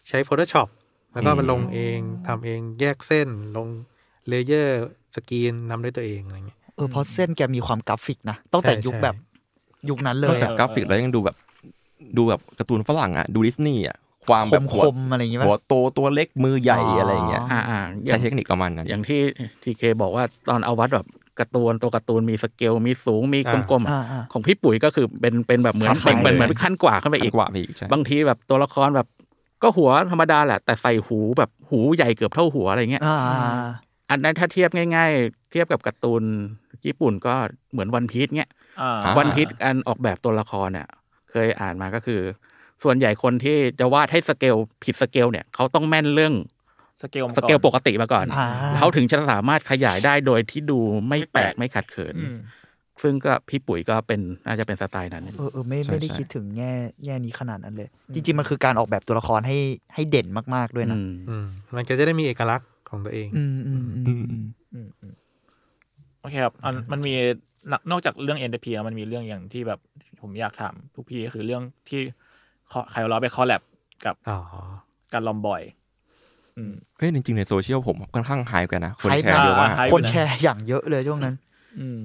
Speaker 6: ใช้ Photoshop แล้วก็มันลงเองทำเองแยกเส้นลงเลเยอร์สกรีนนำด้วยตัวเองอะไรเงี้ย
Speaker 8: เออเพราะเส้นแกมีความกราฟิกนะตั้งแต่
Speaker 6: ใช่
Speaker 8: ยุค
Speaker 6: ใช่
Speaker 8: แบบยุคนั้นเล
Speaker 5: นอก
Speaker 8: ย
Speaker 5: จาก
Speaker 8: อะ
Speaker 5: กราฟิกแล้วยังดูแบบดูแบบการ์ตูนฝรั่งอ่ะดูดิสนีย์อ่ะความแบบ
Speaker 8: ค
Speaker 5: หัว
Speaker 8: มๆอะไรอย่างงี้
Speaker 5: หัว
Speaker 8: ป่ะ
Speaker 5: โตตัวเล็กมือใหญ่
Speaker 8: อ๋ออ
Speaker 5: อะไรเงี้ย
Speaker 7: อ่าอ่าๆอ
Speaker 5: ใช้
Speaker 7: ย่าง
Speaker 5: เทคนิคประมาณนั้น
Speaker 7: อย่างที่ทีเคบอกว่าตอนเอาวัดแบบการ์ตูนตัวการ์ตูนมีสเกลมีสูงมี
Speaker 6: อ่าก
Speaker 7: ลมๆ
Speaker 8: อ่า
Speaker 7: อะ
Speaker 8: อ่า
Speaker 7: ของพี่ปุ๋ยก็คือเป็นเป็นแบบเหมือน
Speaker 5: ขั้
Speaker 7: เป็น
Speaker 5: น
Speaker 7: เหมือ
Speaker 5: ไปเลย
Speaker 7: นเหมือนขั้นกว่าขึ้นไปอีก
Speaker 5: กว่าไปอีกใช่
Speaker 7: บางทีแบบตัวละครแบบก็หัวธรรมดาแหละ แต่ใส่หูแบบหูใหญ่เกือบเท่าหัวอะไรเงี้ย
Speaker 8: อ่า
Speaker 7: อันนั้นถ้าเทียบง่าย ๆ เทียบกับการ์ตูนญี่ปุ่นก็เหมือนวันพีชเงี้ย
Speaker 4: อ่า
Speaker 5: อ่า
Speaker 7: วันพิษอันออกแบบตัวละครเนี่ย เคยอ่านมาก็คือ ส่วนใหญ่คนที่จะวาดให้สเกลผิดสเกลเนี่ยเขาต้องแม่นเรื่อง
Speaker 4: สเกลมัน
Speaker 7: สเกลปกติมาก่อน
Speaker 8: อ่า
Speaker 7: เขาถึงจะสามารถขยายได้โดยที่ดูไม่แปลกไม่ขัดเขิน
Speaker 4: อืม
Speaker 7: ซึ่งก็พี่ปุ๋ยก็เป็นน่าจะเป็นสไตล์นั้น
Speaker 8: เออเออไม่
Speaker 5: ใช่
Speaker 8: ไม่ได้
Speaker 5: ใช่
Speaker 8: คิดถึงแง่แง่นี้ขนาดนั้นเลย จริง ๆ มันคือการออกแบบตัวละครให้ให้เด่นมากๆด้วยนะ
Speaker 7: อืม
Speaker 6: อืมมันก็จะได้มีเอกลักษณ์ของตัวเอง
Speaker 8: อืมอืมอืมอืม
Speaker 4: อืมอืมโอเคครับอันมันมีนอกนอกจากเรื่องเอ็นเตอร์พีมันมีเรื่องอย่างที่แบบผมอยากถามทุกพี่ก็คือเรื่องที่ขอใครเอาเราไปคอลแลบกับ
Speaker 6: อ๋อ
Speaker 4: การลอมบอย อืม
Speaker 5: เฮ้ยจริงๆในโซเชียลผมค่อนข้างหายกันนะ คน
Speaker 8: hype
Speaker 5: แชร์เยอะ
Speaker 4: นะ
Speaker 5: มาก
Speaker 4: อ่า
Speaker 8: คนแชร์อย่างเยอะเลยช่วงนั้น
Speaker 4: อืม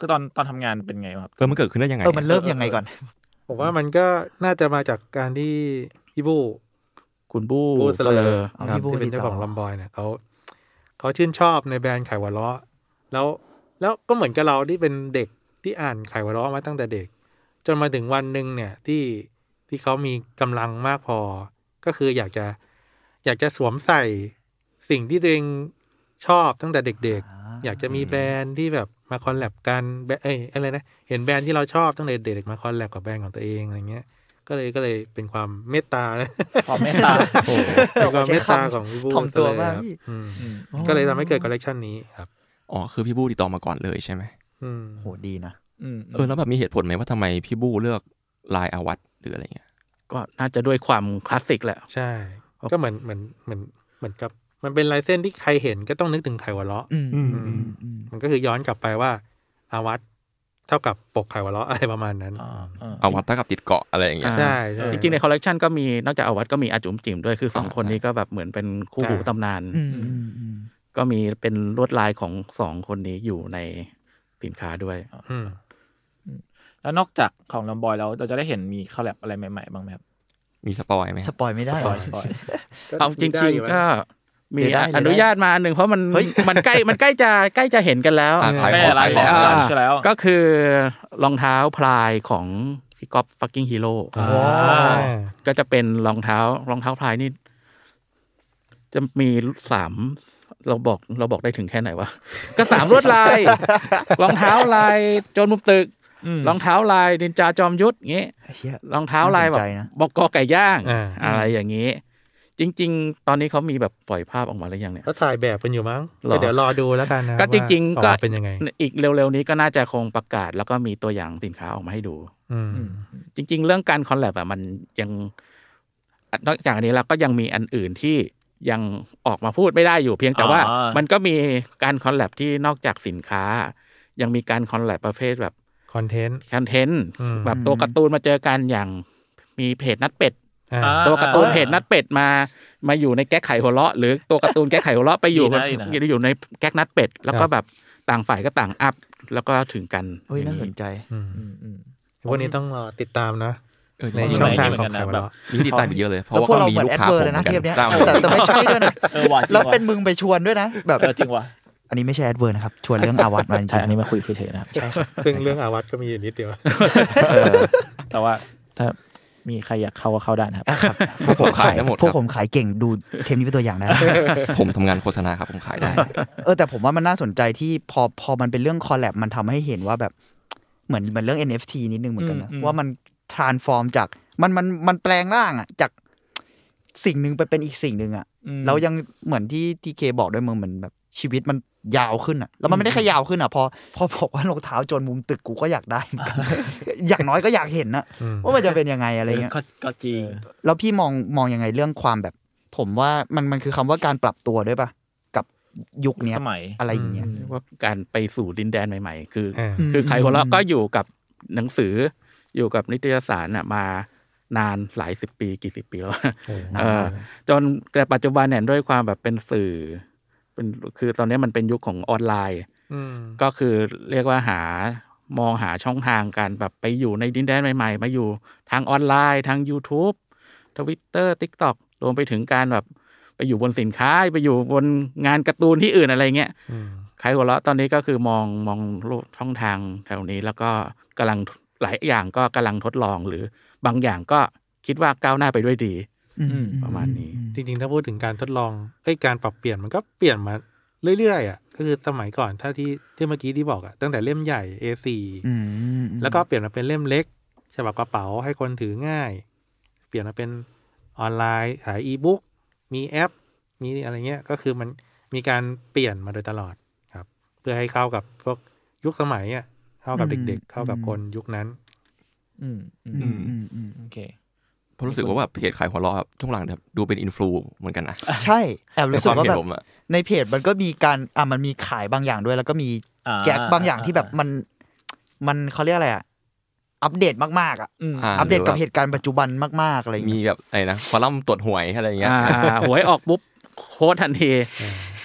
Speaker 4: คือตอนตอนทำงานเป็นไงบ้างครับ
Speaker 5: เออมันเกิดขึ้นได้ยังไง
Speaker 8: เออมันเริ่มยังไงก่อน
Speaker 6: ผมว่ามันก็น่าจะมาจากการที่พี่บู
Speaker 7: คุณบู้
Speaker 6: บู้เสลอ
Speaker 8: เอา
Speaker 6: ครับ
Speaker 8: พี่บู้
Speaker 6: ที่เป็น
Speaker 8: ติด
Speaker 6: เจ้า
Speaker 8: ต่อ
Speaker 6: ของลำบอยเนี่ยเขาเขาชื่นชอบในแบรนด์ไขหัวเราะแล้วแล้วก็เหมือนกับเราที่เป็นเด็กที่อ่านไขหัวเราะมาตั้งแต่เด็ก จนมาถึงวันหนึ่งเนี่ยที่ที่เขามีกำลังมากพอ ก็คืออยากจะอยากจะสวมใส่สิ่งที่ตัวเองชอบตั้งแต่เด็ก ๆ อยากจะมีแบรนด์ที่แบบมาคอลแลบกันแบรนด์เอ้ยอะไรนะเห็นแบรนด์ที่เราชอบตั้งแต่เด็กๆมาคอลแลบกับแบรนด์ของตัวเองอะไรเงี้ย ก็เลยก็เลยเป็นความเมตตานะ
Speaker 4: ความเมตตา
Speaker 6: เป็นความเมตตาของพี่บู
Speaker 8: ถ่อมตัวมาก
Speaker 6: ซะเลย
Speaker 8: พี่
Speaker 6: ครับอื ม
Speaker 4: อืม
Speaker 6: ก็เลยทำให้เกิดคอลเลกชันนี้ครับ
Speaker 5: อ๋อคือพี่บู้ติดต่อมาก่อนเลยใช่ไหม
Speaker 6: อืม
Speaker 8: โหดีนะ
Speaker 4: อืม
Speaker 5: เออแล้วแบบมีเหตุผลไหมว่าทำไมพี่บู้เลือกลายอาวัตหรืออะไรเงี้ย
Speaker 7: ก็น่าจะด้วยความคลาสสิกแหละ
Speaker 6: ใช่ ก็เหมือนเหมือนเหมือนเหมือนกับ มันเป็นลายเส้นที่ใครเห็นก็ต้องนึกถึงไขหัวเราะ
Speaker 8: อืมอืม
Speaker 6: อืม
Speaker 8: อืม
Speaker 6: มันก็คือย้อนกลับไปว่า อาวัตเท่ากับปกไขหัวเราะ อะไรประมาณนั้น
Speaker 4: อ่าอ่า
Speaker 5: อาวัตเท่ากับติดเกาะอะไรอย่างเงี้ย
Speaker 7: อ่า
Speaker 6: ใช่ใช่
Speaker 7: จริงๆในคอลเลกชันก็มีนอกจากอาวัตก็มีอาจุ๋มจิ๋มด้วยคือสอง
Speaker 5: อ่า
Speaker 7: คนนี้ก็แบบเหมือนเป็นคู่หูตำนาน
Speaker 8: อืมอืมอืม
Speaker 7: ก็มีเป็นลวดลายของสองคนนี้อยู่ในสินค้าด้วย
Speaker 6: อืม
Speaker 4: แล้วนอกจากของลอมบอยแล้วเราจะได้เห็นมีคอลแลบอะไรใหม่ๆบ้างไหมครับ
Speaker 5: มีสปอยไหม
Speaker 8: สปอยไม่ได้
Speaker 4: สป
Speaker 8: หร
Speaker 4: อ
Speaker 8: อ
Speaker 4: ยสปอย
Speaker 7: เอาจ
Speaker 6: ได้
Speaker 7: ริง
Speaker 6: อยู่นะ
Speaker 7: ๆก็มี
Speaker 8: เดี๋ยวได้
Speaker 7: อนุญาตมาอันหนึ่งเพราะมัน
Speaker 8: เฮ้ย
Speaker 7: มันใกล้ มันใกล้จะใกล้จะเห็นกันแล้ว
Speaker 5: อ่ะขาย
Speaker 4: ไม่
Speaker 5: ของ
Speaker 4: อะไร
Speaker 5: ขายของ
Speaker 4: แล้ว
Speaker 5: ร้าน
Speaker 4: ใช่แล้ว
Speaker 7: ก็คือรองเท้าพลายของพี่ก๊อฟฟักกิ้งฮีโร่
Speaker 6: อ่า
Speaker 7: ก็จะเป็นรองเท้ารองเท้าพลายนี่ จะมีสามเราบอก เราบอกได้ถึงแค่ไหนวะ ก็สามลวดลาย รองเท้าลายโจนมุมตึก
Speaker 4: อืม
Speaker 7: รองเท้าลายนินจาจอมยุทธอย่างเงี้ย
Speaker 8: ไอ้เหี้ย
Speaker 7: รองเท้าลายแบบ
Speaker 8: น่าสนใจนะ
Speaker 7: บอกกอไก่ย่าง
Speaker 6: อ่า
Speaker 7: อะไรอย่างนี้ จริง ๆ ตอนนี้เขามีแบบปล่อยภาพออกมาหรือยังเนี่ย
Speaker 6: ก็ถ่ายแบบกันอยู่มั้ง
Speaker 7: หรอ
Speaker 6: เดี๋ยวรอดูแล้วกันนะ
Speaker 7: ก็จริง
Speaker 6: ว่า
Speaker 7: ๆ ก็
Speaker 6: ออมาเป็นยังไง
Speaker 7: อีกเร็ว ๆ นี้ก็น่าจะคงประกาศ แล้วก็มีตัวอย่างสินค้าออกมาให้ดู
Speaker 6: อืม
Speaker 4: อืม
Speaker 7: จริง ๆ เรื่องการคอลแลบอะมันยังนอกจากอันนี้แล้วก็ยังมีอันอื่นที่ยังออกมาพูดไม่ได้อยู่เพียงแต่ว่า
Speaker 4: อ๋อ
Speaker 7: มันก็มีการคอลแลบที่นอกจากสินค้า ยังมีการคอลแลบประเภทแบบ
Speaker 6: คอนเทนต์
Speaker 7: คอนเทนต์
Speaker 6: อืม
Speaker 7: แบบตัวการ์ตูนมาเจอกันอย่างมีเพจนัดเป็ด
Speaker 6: อ่า
Speaker 4: อ่า
Speaker 7: ตัวการ์ตูนเพจนัดเป็ดมา มาอยู่ในแก๊กไข่หัวเราะหรือตัวการ์ตูนแก๊กไข่หัวเราะไปอยู่
Speaker 4: ดีนะดีนะ
Speaker 7: อยู่ในแก๊กนัดเป็ด แล้ว
Speaker 6: ครั
Speaker 7: ก็
Speaker 6: บ
Speaker 7: แบบต่างฝ่ายก็ต่างอัพแล้วก็ถึงกัน
Speaker 8: เฮ้ยน่าสนใจ
Speaker 6: อืม
Speaker 4: อืมอืม
Speaker 6: พวกนี้ต้องรอติดตามนะ
Speaker 5: เออจ
Speaker 6: ใน
Speaker 5: ริง
Speaker 6: ช่อง
Speaker 5: ๆ
Speaker 6: ทาง
Speaker 4: เหมื
Speaker 6: ขอ
Speaker 4: อง นกัน
Speaker 6: ใคร
Speaker 4: นะ
Speaker 6: วะ
Speaker 4: แบบ
Speaker 6: เนาะ
Speaker 5: มีติดตามอยู่เยอะเลย เพ
Speaker 8: แล้
Speaker 5: ราะ
Speaker 8: ว
Speaker 5: ว่า
Speaker 8: พว
Speaker 5: ก็
Speaker 8: กเรา
Speaker 5: มี
Speaker 8: เหมือ
Speaker 5: ลูก
Speaker 8: นแอด
Speaker 5: ค้า
Speaker 8: เว
Speaker 5: ผ
Speaker 8: อร์
Speaker 5: ม
Speaker 8: เลยนะ
Speaker 5: เหมื
Speaker 8: เท
Speaker 5: อนกั
Speaker 8: ปเนี้ย
Speaker 5: นเจ้าหนึ่ง
Speaker 8: แต่แต่ไม่ใช่ด้วยนะ
Speaker 4: เออว่ะจริง
Speaker 8: แล้ว
Speaker 4: ว่ะ
Speaker 8: เป็นมึงไปชวนด้วยนะ แบบ
Speaker 4: เออจริงว่ะ
Speaker 8: อันนี้ไม่ใช่แอดเวอร์นะครับ ชวนเรื่องอาวัตมาจริงๆ
Speaker 4: ใช่อันนี้มาคุยเฉยๆนะครับ
Speaker 8: ใช่ครับ
Speaker 6: ซึ่งเรื่องอาวัตก็มีอยู่นิดเดียว
Speaker 8: เออ
Speaker 4: แต่ว่าถ้ามีใครอยากเข้าก็เข้าได้นะครับ
Speaker 8: อ่ะครับ
Speaker 5: พวกผมขายได้หมดครับ
Speaker 8: พวกผมขายเก่งดูเทมนี้เป็นตัวอย่างได้
Speaker 5: ผมทำงานโฆษณาครับผมขายได้
Speaker 8: เออแต่ผมว่ามันน่าสนใจที่พอพอมันเป็นเรื่องคอลแลบมันทำให้เห็นว่าแบบเหมือนเหมือนเรื่อง NFT นิดนึงเหมือนกันนะ
Speaker 4: อืมอืม
Speaker 8: ว่ามัน transform จากมันมันมันแปลงร่างอ่ะจากสิ่งหนึ่งไปเป็นอีกสิ่งหนึ่งอ่ะ
Speaker 4: อืม
Speaker 8: แล้วยังเหมือนที่ทีเคบอกด้วยมึงเหมือนแบบชีวิตมันยาวขึ้นอ่ะ แล้วมันไม่ได้แค่ยาวขึ้นอ่ะพอพอบอกว่ารองเท้าโจนมุมตึกกูก็อยากได้เหมือนกันอย่างน้อยก็อยากเห็นนะ
Speaker 6: อืม
Speaker 8: ว่ามันจะเป็นยังไงอะไรเงี้ย
Speaker 4: ก็ก็จริง
Speaker 8: แล้วพี่มองมองยังไงเรื่องความแบบ ผมว่ามันมันคือคำว่าการปรับตัวด้วยปะกับยุคเนี้ย
Speaker 4: สมัย
Speaker 8: อะไรอย่างเงี้ย
Speaker 6: อืม
Speaker 7: เรียกว่าการไปสู่ดินแดนใหม่ ๆ คือ
Speaker 6: อ่า
Speaker 7: คือไข่หัวเราะ
Speaker 8: อืม
Speaker 7: ก็อยู่กับหนังสืออยู่กับนิตยสารน่ะมานานหลายสิบปีกี่สิบปีแล้ว
Speaker 6: โอ้โห
Speaker 7: เออจนแต่ปัจจุบันเนี่ยด้วยความแบบเป็นสื่อ เป็นคือตอนนี้มันเป็นยุคของออนไลน์
Speaker 6: อืม
Speaker 7: ก็คือเรียกว่าหามองหาช่องทางการแบบไปอยู่ในดินแดนใหม่ ๆ มาอยู่ทางออนไลน์ทาง YouTube Twitter TikTok รวมไปถึงการแบบไปอยู่บนสินค้า ไปอยู่บนงานการ์ตูนที่อื่นอะไรเงี้ย
Speaker 6: อืม
Speaker 7: ใครหัวเราะตอนนี้ก็คือมองมองโลกช่องทางแถวนี้แล้วก็กำลังหลายอย่างก็กำลังทดลองหรือบางอย่างก็คิดว่าก้าวหน้าไปด้วยดี
Speaker 8: อืม
Speaker 7: ประมาณนี้
Speaker 6: จริงๆ ถ้าพูดถึงการทดลองเอ้ยการปรับเปลี่ยนมันก็เปลี่ยนมาเรื่อยๆอ่ะก็คือสมัยก่อนถ้าที่ที่เมื่อกี้ที่บอกอ่ะตั้งแต่เล่มใหญ่ A4
Speaker 8: อืม
Speaker 6: แล้วก็เปลี่ยนมาเป็นเล่มเล็กฉบับกระเป๋าให้คนถือง่าย เปลี่ยนมาเป็นออนไลน์ขายอีบุ๊กมีแอป มีอะไรเงี้ยก็คือมันมีการเปลี่ยนมาโดยตลอดครับ เพื่อให้เข้ากับพวกยุคสมัยอ่ะเข้ากับเด็ก ๆ เข้ากับคนยุคนั้น
Speaker 4: อืมอืม
Speaker 8: อืมอืมอืม
Speaker 4: โอเค
Speaker 5: เพราะรู้สึกว่าแบบเพจขายหัวเราะครับช่วงหลังเนี่ยดูเป็นอินฟลูเหมือนกันนะ
Speaker 8: ใช่แอบ
Speaker 5: ในค
Speaker 8: รู้สึก
Speaker 5: วาม
Speaker 8: ว่า
Speaker 5: เห็
Speaker 8: แบ
Speaker 5: น
Speaker 8: บ
Speaker 5: ผมอะ
Speaker 8: ในเพจมันก็มีการอ่ะมันมีขายบางอย่างด้วย แล้วก็มี
Speaker 4: อ่า
Speaker 8: แก๊กบางอย่างที่แบบ
Speaker 4: อ่า
Speaker 8: มัน มันเขาเรียกอะไรอ่ะอัปเดตมากๆอ่ะ
Speaker 4: อืม
Speaker 5: า
Speaker 8: อัปเดตกั
Speaker 5: ห
Speaker 8: บ
Speaker 5: รื
Speaker 8: เห
Speaker 5: ว่า
Speaker 8: ตุการณ์ปัจจุบันมากๆอะไรอย่าง
Speaker 5: มี
Speaker 8: เงี้ย
Speaker 5: แบบอะไรนะคอลัมน์ตรวจหวยอะไรอย่างเงี้ย
Speaker 7: อ่าหวยออกปุ๊บโค้ดทันที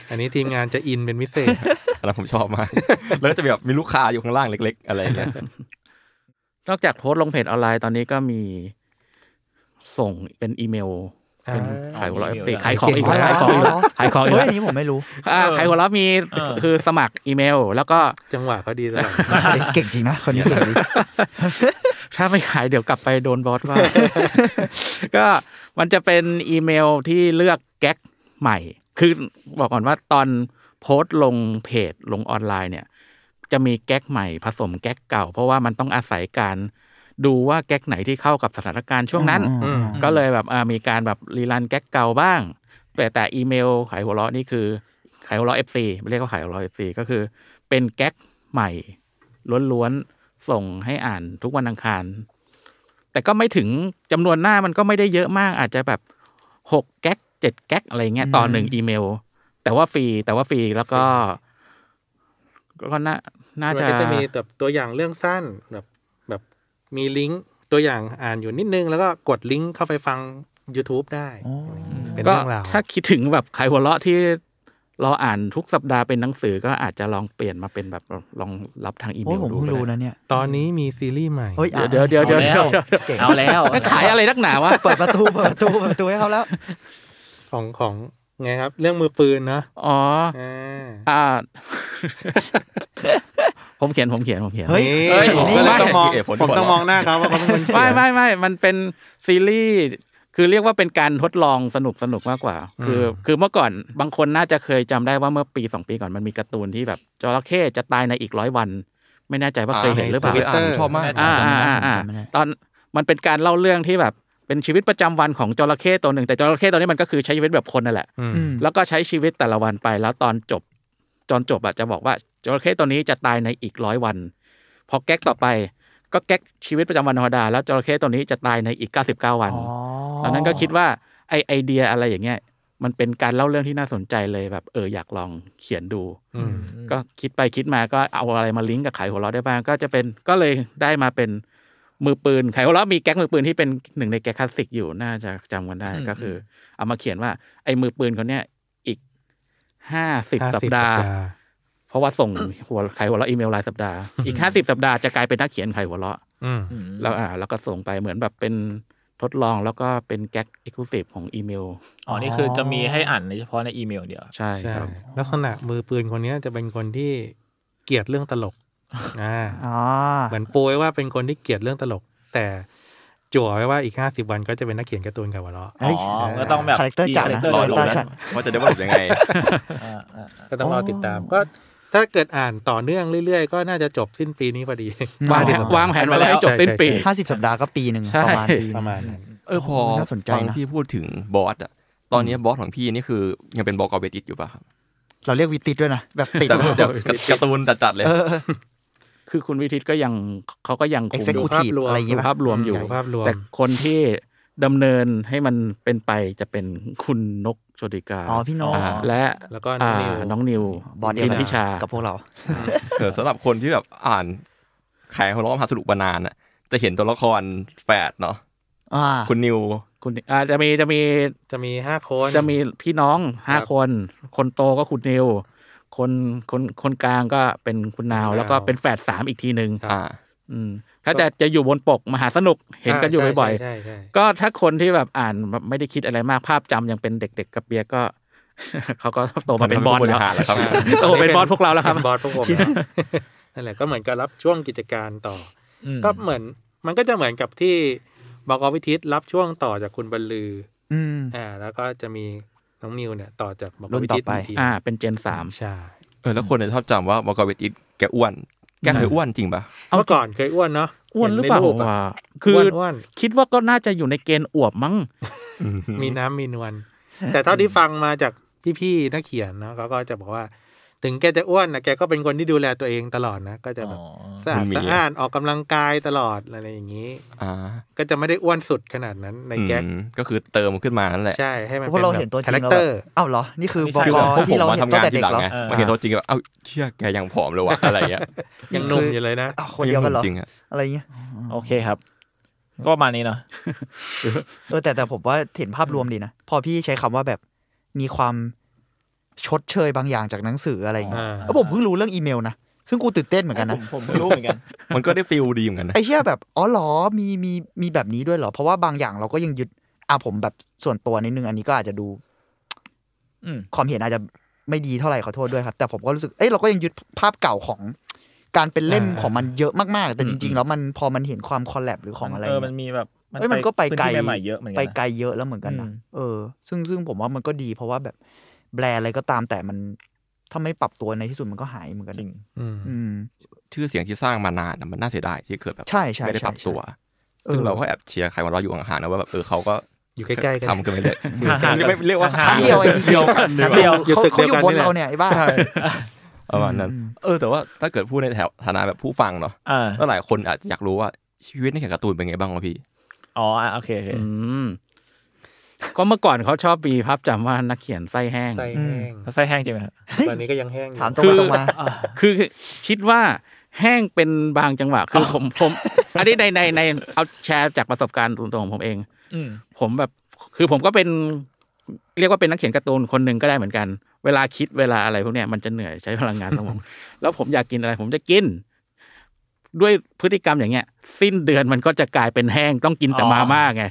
Speaker 6: อันนี้ทีมงานจะอินเป็นพิเศษ
Speaker 5: อันนั้นผมชอบมาก แล้วก็จะมีแบบมีลูกค้าอยู่ข้างล่างเล็ก ๆ อะไรอย่างเงี้ย
Speaker 7: นอกจากโพสต์ลงเพจออนไลน์ตอนนี้ก็มีส่งเป็นอีเมล เป็นขายหัวเราะ
Speaker 4: อีเมล
Speaker 7: เอ้ยขายของอีก
Speaker 8: อ๋อ
Speaker 7: แล้ว
Speaker 8: เหร
Speaker 7: ขายของอีก
Speaker 8: เหรเฮ้ย
Speaker 7: แล้วขายของอีกแล้ว
Speaker 8: อันนี้ผมไม่รู้
Speaker 7: อ่าขายหัวเราะมี
Speaker 4: เออ
Speaker 7: คือสมัครอีเมล แล้วก็
Speaker 6: จังหวะเขาดีตลอด
Speaker 8: เก่งจริงนะคนนี้เก่งจริง
Speaker 7: ถ้าไม่ขายเดี๋ยวกลับไปโดนบอสว่า ก็มันจะเป็นอีเมลที่เลือกแก๊กใหม่ คือบอกก่อนว่าตอนโพสต์ลงเพจลงออนไลน์เนี่ย จะมีแก๊กใหม่ผสมแก๊กเก่า เพราะว่ามันต้องอาศัยการดูว่าแก๊กไหนที่เข้ากับสถานการณ์ช่วงนั้น
Speaker 6: อืม
Speaker 7: ก็เลยแบบอ่ามีการแบบรีรันแก๊กเก่าบ้าง แต่แต่อีเมลขายหัวเราะนี่คือขายหัวเราะเอฟซีไม่เรียกว่าขายหัวเราะเอฟซีก็คือ เป็นแก๊กใหม่ล้วนๆส่งให้อ่านทุกวันอังคาร แต่ก็ไม่ถึงจำนวนหน้ามันก็ไม่ได้เยอะมาก อาจจะแบบหกแก๊กเจ็ดแก๊กอะไรเงี้ยต่อหนึ่งอีเมล แต่ว่าฟรีแต่ว่าฟรีแล้วก็ ก็น่าน่า
Speaker 6: มัน
Speaker 7: จะ
Speaker 6: ก็จะมีแบบตัวอย่างเรื่องสั้นแบบแบบมีลิงก์ตัวอย่างอ่านอยู่นิดนึง แล้วก็กดลิงก์เข้าไปฟัง YouTube ได้ เป็น
Speaker 7: ก็
Speaker 6: เรื่องราว
Speaker 7: ถ้าคิดถึงแบบขายหัวเราะที่เราอ่านทุกสัปดาห์เป็นหนังสือก็อาจจะลองเปลี่ยนมาเป็นแบบลองรับทางอีเม
Speaker 8: โอ้ย
Speaker 7: ล
Speaker 8: ผม
Speaker 7: ดู
Speaker 8: เพิ่ง
Speaker 7: ก็
Speaker 8: รู้
Speaker 7: ได้
Speaker 8: นะเนี่ย
Speaker 6: ตอนนี้มีซีรีส์ใหม่
Speaker 8: เฮ้ยอ่ะ
Speaker 7: เดี๋ยวเดี๋ยวเดี๋ยวเดี๋ยว
Speaker 4: เอาแล้ว
Speaker 7: เดี๋ยว
Speaker 4: เอาแล้ว
Speaker 7: เดี๋ยวขายอะไรนักหนาวะ
Speaker 8: เปิดประตูเปิดประตูเปิดประตูให้เขาแล้ว
Speaker 6: ของของไงครับ เรื่องมือปืนเนอะ
Speaker 7: อ๋อ
Speaker 6: อ่า
Speaker 7: อ่า ผมเขียนผมเขียนผมเขียน
Speaker 8: เฮ้ย
Speaker 6: นี่
Speaker 5: เฮ้ย
Speaker 6: ผมก็เลยต้องมอง
Speaker 5: เหตุผลที่
Speaker 6: ผมต้องม
Speaker 5: หัวเราะ
Speaker 6: องหน้าเขาว่าเขาเป็นคนเขียน
Speaker 7: ไม่ไม่ไม่ มันเป็นซีรีส์ คือเรียกว่าเป็นการทดลองสนุกสนุกมากกว่า คืออคือเมื่อก่อนบางคนน่าจะเคยจำได้ว่าเมื่อปีสองปีก่อนมันมีการ์ตูนที่แบบจระเข้จะตายในอีกร้อยวัน แม ไม่แน่ใจว่าเคยเห็นหรือเปล่า
Speaker 5: คยอ่นผมชอบมาก
Speaker 7: อ่าอ่าอ่า
Speaker 8: จำไม่ได้
Speaker 7: ตอนมันเป็นการเล่าเรื่องที่แบบเป็นชีวิตประจำวันของจระเข้ตัวหนึ่งแต่จระเข้ตัวนี้มันก็คือใช้ชีวิตแบบคนนั่นแหละ
Speaker 6: อืม
Speaker 8: อืม
Speaker 7: แล้วก็ใช้ชีวิตแต่ละวันไปแล้วตอนจบตอนจบอะจะบอกว่าจระเข้ตัวนี้จะตายในอีกร้อยวันพอแก๊กต่อไปก็แก๊กชีวิตประจำวันธรรมดาแล้วจระเข้ตัวนี้จะตายในอีก 99 วัน ตอนนั้นก็คิดว่าไอไอเดียอะไรอย่างเงี้ยมันเป็นการเล่าเรื่องที่น่าสนใจเลยแบบเอออยากลองเขียนดู
Speaker 6: อืม
Speaker 7: ก็คิดไปคิดมาก็เอาอะไรมาลิงก์กับขายหัวเราะได้บ้างก็จะเป็นก็เลยได้มาเป็นมือปืนขายหัวเราะมีแก๊งมือปืนที่เป็นหนึ่งในแก๊งคลาสสิกอยู่น่าจะจำกันได้
Speaker 4: อืม
Speaker 7: ก็คือ เอามาเขียนว่า ไอ้มือปืนคนเนี้ยอีกห้าสิบ
Speaker 6: 50
Speaker 7: สัปดาห์
Speaker 6: สัปดาห์
Speaker 7: เพราะว่าส่งหัวขายหัวเราะอีเมลรายสัปดาห์อีกห้าสิบสัปดาห์จะกลายเป็นนักเขียนขายหัวเราะ
Speaker 6: อืม
Speaker 4: อืม
Speaker 7: แล้วอ่าแล้วก็ส่งไปเหมือนแบบเป็นทดลองแล้วก็เป็นแก๊กเอ็กซ์คลูซีฟของอีเมล
Speaker 4: อ๋อนี่คือจะมีให้อ่านในเฉพาะในอีเมลเดียว
Speaker 7: ใช่
Speaker 6: ใช่
Speaker 7: ครับ
Speaker 6: ลักษณะมือปืนคนเนี้ยจะเป็นคนที่เกลียดเรื่องตลก อ่า
Speaker 8: อ๋อ
Speaker 6: เหมือนโปรยว่าเป็นคนที่เกลียดเรื่องตลก แต่จั่วไว้ว่าอีกห้าสิบวันก็จะเป็นนักเขียนการ์ตูนกับวะเราะ
Speaker 4: อ๋อก็ต้องแบบ
Speaker 8: คาแรคเตอร์จัด
Speaker 4: มีคา
Speaker 8: นะ
Speaker 4: แรคเตอร์
Speaker 5: รอดูนะว่าจะได้ว่ายังไง
Speaker 4: อ่าอ่าอ่า
Speaker 6: ก็ต้องรอติดตาม
Speaker 8: อ๋อ
Speaker 6: ก็ถ้าเกิดอ่านต่อเนื่องเรื่อย ๆ ก็น่าจะจบสิ้นปีนี้พอ ดี
Speaker 7: วางแผนวางแผนไว้แล้วให้จบสิ้นปี
Speaker 8: ห้าสิบสัปดาห์ก็ปีหนึ่ง
Speaker 7: ใช่
Speaker 8: ประมาณปีหนึ่ง
Speaker 6: ประมาณนั้น
Speaker 5: เออพอ
Speaker 8: น่าสนใจ
Speaker 5: ฟัง
Speaker 8: นะ
Speaker 5: พี่พูดถึงบอสอะตอนนี้บอสของพี่นี่คือยังเป็นบอกอเบติสอยู่ป่ะครับ
Speaker 8: เราเรียกวิติดด้วยนะ แบบติด
Speaker 5: แต่แบบการ์ตูนจัดๆเลย
Speaker 8: เออ
Speaker 7: คือคุณวิทิตก็ยังเขาก็ยังคุม
Speaker 6: ดูภาพ
Speaker 8: executive
Speaker 6: รวม
Speaker 8: อะไรอย่าง
Speaker 7: ดู
Speaker 8: เงี้ย
Speaker 7: ภาพรวมอยู่
Speaker 6: ดูภาพรวม
Speaker 7: แต่คนที่ดำเนินให้มันเป็นไปจะเป็นคุณนกโชติกา
Speaker 8: อ๋อพี่โน้อง
Speaker 5: อ่า
Speaker 7: และ
Speaker 6: แล้วก็น้องนิว
Speaker 7: าน้องนิว
Speaker 8: บอดเดียว
Speaker 7: พิ
Speaker 8: กั
Speaker 7: ม
Speaker 8: น
Speaker 7: พิชา
Speaker 8: กับพวกเรา
Speaker 5: เออสำหรับคนที่แบบอ่านขายหัวเราะมหาสนุกมานานอะจะเห็นตัวละครแฝดเนาะ
Speaker 8: อ่า
Speaker 5: คุณนิว
Speaker 7: คุณอ่าจะมีจะมี
Speaker 6: จะมีห้าคน
Speaker 7: จะมีพี่น้องห้า
Speaker 6: ครับ
Speaker 7: คน คนโตก็คุณนิว คนคนคนกลางก็เป็นคุณนาว แล้วก็เป็นแฝดสามอีกทีหนึ่ง
Speaker 5: อ่า
Speaker 7: อืมถ้าจะจะอยู่บนปกมหาสนุกเห็นกันอยู่บ่อยๆ
Speaker 6: ใช่ใช่ใช่
Speaker 7: ก็ถ้าคนที่แบบอ่านแบบไม่ได้คิดอะไรมากภาพจำยังเป็นเด็ก ๆ กับเบียร์ก็ เขาก็โตมาเป็นบอสแล้ว
Speaker 5: ทำไมไม่บริหารล่ะครับ
Speaker 7: โตเป็นบอสพวกเราแล้วครับ
Speaker 6: ป็นบอสพวกผมแล้วนั่นแหละก็เหมือนกับรับช่วงกิจการต่อ
Speaker 4: อืม
Speaker 6: อก็เหมือน มันก็จะเหมือนกับที่บอกอวิทิตรับช่วงต่อจากคุณบรรลือ
Speaker 8: อืม
Speaker 6: อ่า แล้วก็จะมีน้องนิวเนี่ยต่อจากบอก
Speaker 8: รุ่
Speaker 6: อน วิ
Speaker 8: ต่อ
Speaker 6: ทิต
Speaker 8: ไป
Speaker 6: กที
Speaker 7: อ่า เป็นเจนสาม
Speaker 6: ใช่
Speaker 5: เออแล้วคนจะชอบจำว่าบอกอเบติสแกอ้วน แกเคยอ้วนจริงป่ะ
Speaker 6: เมื่อก่อนเคยอ้วนเนาะ
Speaker 7: อ้วนหรือเปล่า
Speaker 6: ห็นในปะ
Speaker 7: วะคือ
Speaker 6: วนอ้วน
Speaker 7: คิดว่าก็น่าจะอยู่ในเกณฑ์อวบมั้ง
Speaker 6: มีน้ำมีนวล แต่เท่าที่ฟังมาจากพี่ๆนักเขียนเนาะเขาก็จะบอกว่า ถึงแกจะอ้วนนะแกก็เป็นคนที่ดูแลตัวเองตลอดนะ ก็จะแบบ
Speaker 4: อ๋อ
Speaker 6: สะอาด
Speaker 5: มันมี
Speaker 6: สะอ้านออกกำลังกายตลอดอะไรอย่างนี้
Speaker 5: อ่า
Speaker 6: ก็จะไม่ได้อ้วนสุดขนาดนั้นในแก๊ก
Speaker 5: อืมก็คือเติมขึ้นมานั่นแหละ
Speaker 6: ใช่ให้มัน
Speaker 8: พวกเราเห็นตัวจ
Speaker 6: คา
Speaker 8: ริ
Speaker 6: แรง ค
Speaker 8: แล้ว
Speaker 6: เต
Speaker 8: แบ
Speaker 6: อบ ร์
Speaker 8: อ้าวเหรอ นี่คือ
Speaker 4: ไม่
Speaker 8: บ
Speaker 4: ใช่
Speaker 5: คือ
Speaker 8: อก
Speaker 5: แบบพวกผ
Speaker 8: ที่
Speaker 5: ม
Speaker 8: เรา
Speaker 5: มา
Speaker 8: เห็น
Speaker 5: ทำ
Speaker 8: ตั้ง
Speaker 5: งาน
Speaker 8: แต่
Speaker 5: ที
Speaker 8: เด็ก
Speaker 5: หลัง
Speaker 8: แล้ว
Speaker 5: ไง
Speaker 4: เออ
Speaker 5: มาเห็นตัวจริงแบบเอ้าเชื่อแกยังผอมเลย วะอะไรเงี้ย
Speaker 6: ยังหนุ่มอยู่เลยนะ
Speaker 8: อ้าวคนเดียวกันเหรอ
Speaker 5: จริงอะ
Speaker 8: อะไรเงี้ย
Speaker 4: โอเคครับ ก็ประมาณนี้เนาะ
Speaker 8: เออแต่แต่ผมว่าเห็นภาพรวมดีนะ พอพี่ใช้คำว่าแบบมีความชดเชยบางอย่างจากหนังสืออะไรเงี้ย
Speaker 6: อ่า
Speaker 8: แล้วผมเพิ่งรู้เรื่องอีเมลนะ ซึ่งกูตื่นเต้นเหมือนกันนะ
Speaker 4: ผมผมรู้เหมือนกัน
Speaker 5: มันก็ได้ฟิลดีเหมือนกันนะ
Speaker 8: ไอ้เชี่ยแบบ อ๋อเหรอ มีมีมีแบบนี้ด้วยเหรอ เพราะว่าบางอย่างเราก็ยังยึดอ่ะผมแบบส่วนตัวนิดนึง อันนี้ก็อาจจะดู
Speaker 4: อืม
Speaker 8: ความเห็นอาจจะไม่ดีเท่าไหร่ขอโทษด้วยครับ แต่ผมก็รู้สึก เอ้ยเราก็ยังยึดภาพเก่าของการเป็นเล่ม
Speaker 6: อ่า
Speaker 8: ของมันเยอะมากๆ แต่
Speaker 4: อืม
Speaker 8: จริง ๆ แล้วมันพอมันเห็นความคอลแลบหรือของอะไร
Speaker 4: เออ
Speaker 8: เนี่ย
Speaker 4: มันมีแบบ
Speaker 8: เอ้ยมันก็ไปไกล
Speaker 4: พื้นที่ใหม่ๆเยอะเหมือนกัน
Speaker 8: ไป
Speaker 4: นะ
Speaker 8: ไกลเยอะแล้วเหมือนกันนะ
Speaker 4: อืม
Speaker 8: เออ ซึ่งซึ่งผมว่ามันก็ดี เพราะว่าแบบแบรนด์อะไรก็ตามแต่มันถ้าไม่ปรับตัวในที่สุดมันก็หายเหมือนกัน
Speaker 4: จริง
Speaker 6: อืม
Speaker 8: อืม
Speaker 5: ชื่อเสียงที่สร้างมานานอะมันน่าเสียดายที่เกิดแบบ
Speaker 8: ใช่ใช่
Speaker 5: ไม่ได้ปรับ
Speaker 8: ใช่
Speaker 5: ตัว
Speaker 8: ออ
Speaker 5: ซึ่งเราก็แอบเชียร์ใครวันเราะอยู่ห่างๆนะว่าแบบเออเขาก็
Speaker 6: อยู่ใกล้ๆกัน
Speaker 5: ทำกันไปเลย
Speaker 4: ห่างๆกัน
Speaker 5: ไม่เรียกว่า
Speaker 4: ห่างๆ
Speaker 8: เดียวไอ้ที่เดียว
Speaker 4: ชั้นเดียว
Speaker 6: อยู่
Speaker 8: เขา
Speaker 6: ตึก
Speaker 8: เขา
Speaker 6: เดีย
Speaker 8: อ
Speaker 6: วกั
Speaker 8: ยู่
Speaker 6: น
Speaker 8: บน
Speaker 6: นี่แหละ
Speaker 8: เราเนี่ยไอ้บ้า
Speaker 5: ประมาณนั้น
Speaker 8: อืม
Speaker 5: เออแต่ว่าถ้าเกิดพูดในแถวฐานะแบบผู้ฟังเนาะ
Speaker 4: อ่า
Speaker 5: แล้วหลายคนอาจจะอยากรู้ว่าชีวิตในเขียนการ์ตูนเป็นไงบ้างวะพี่
Speaker 4: อ๋ออ่ะโอเคโอเค
Speaker 7: อืม ก็เมื่อก่อนเขาชอบมีภาพจำว่านักเขียนไส้แห้ง
Speaker 6: ใส่แห้ง
Speaker 4: แล้วไส้แห้งจริงไหมครับ
Speaker 6: ตอนนี้ก็ยังแห้งอยู่
Speaker 8: ถามตรงไปตรงมา
Speaker 7: คือคิดว่าแห้งเป็นบางจังหวะ คือผมผม อันนี้ในในในเอาแชร์จากประสบการณ์ตรงๆของผมเอง
Speaker 4: อืม
Speaker 7: ผมแบบคือผมก็เป็นเรียกว่าเป็นนักเขียนการ์ตูนคนหนึ่งก็ได้เหมือนกัน เวลาคิดเวลาอะไรพวกเนี้ยมันจะเหนื่อยใช้พลังงานสม อง แล้วผมอยากกินอะไร ผมจะกิน ด้วยพฤติกรรมอย่างเงี้ย สิ้นเดือนมันก็จะกลายเป็นแห้งต้องกินแต่
Speaker 4: อ๋อ
Speaker 7: มาม่าไง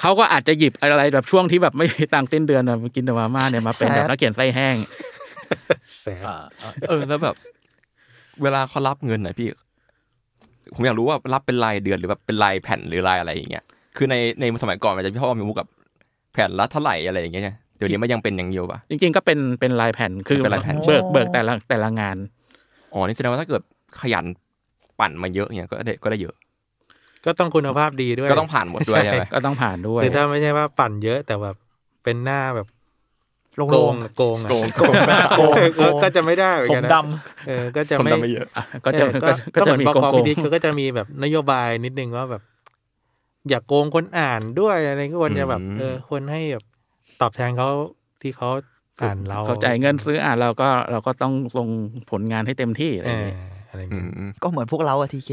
Speaker 7: เขาก็อาจจะหยิบอะไรแบบช่วงที่แบบไม่มีตังค์สิ้นเดือนอะมากินแต่มาม่าเนี่ยมาเป็นแบบนักเขียนไส้แห้ง
Speaker 6: แสบ
Speaker 4: อ่าอ่า
Speaker 5: เออแล้วแบบ เวลาเขารับเงินนะพี่ ผมอยากรู้ว่ารับเป็นรายเดือนหรือแบบเป็นรายแผ่นหรือรายอะไรอย่างเงี้ย คือในในสมัยก่อนมันจะพี่พ่อมีมุกกับแผ่นละเท่าไหร่อะไรอย่างเงี้ยใช่ไหมเดี๋ยวนี้มันยังเป็นอย่างเดียวป่ะ
Speaker 7: จริงๆก็เป็นเป็นลายแผ่นคือ
Speaker 5: เป็นลายแผ่น
Speaker 7: เบิกเบิกแต่ละแต่ละงาน
Speaker 5: อ๋อนี่แสดงว่าถ้าเกิดขยัน ปั่นมาเยอะเนี่ยก็ได้ก็ได้เยอะ
Speaker 6: ก็ต้องคุณภาพดีด้วย
Speaker 5: ก็ต้องผ่านหมดด้วยใช่ไหม
Speaker 7: ก็ต้องผ่านด้วย
Speaker 6: คือถ้าไม่ใช่ว่าปั่นเยอะแต่แบบเป็นหน้าแบบ
Speaker 8: โล่ง
Speaker 6: โกง
Speaker 8: ๆ
Speaker 6: โกงอะ
Speaker 5: โกงโกง
Speaker 6: โกงก็ก็จะไม่ได้เหมือน
Speaker 4: ผม
Speaker 6: กันนะ
Speaker 4: ดำ
Speaker 6: เออก็จะ
Speaker 5: ผม
Speaker 6: ไม่
Speaker 5: จำไม่เยอะ
Speaker 7: อ่ะก็จะ
Speaker 6: เออ
Speaker 7: ก็ก็จะมี
Speaker 6: เหอน
Speaker 7: โก
Speaker 6: บ
Speaker 7: ง
Speaker 6: ค
Speaker 7: โกง
Speaker 6: พิธีเขาก็จะมีแบบนโยบายนิดนึงว่าแบบ อย่าโกงคนอ่านด้วยอะไรก็ควรจะแบบ
Speaker 5: อืม
Speaker 6: เออควรให้แบบตอบแทนเขาที่เขาอ่านเรา
Speaker 7: เขาจ่ายเงินซื้ออ่านเราก็เราก็ต้องลงผลงานให้เต็มที่อะไร
Speaker 6: เออ
Speaker 7: อย่างเงี้ย
Speaker 6: อะไรอย่าง
Speaker 5: อื
Speaker 6: เงี้ย
Speaker 5: ม
Speaker 8: ก็เหมือนพวกเราอะทีเค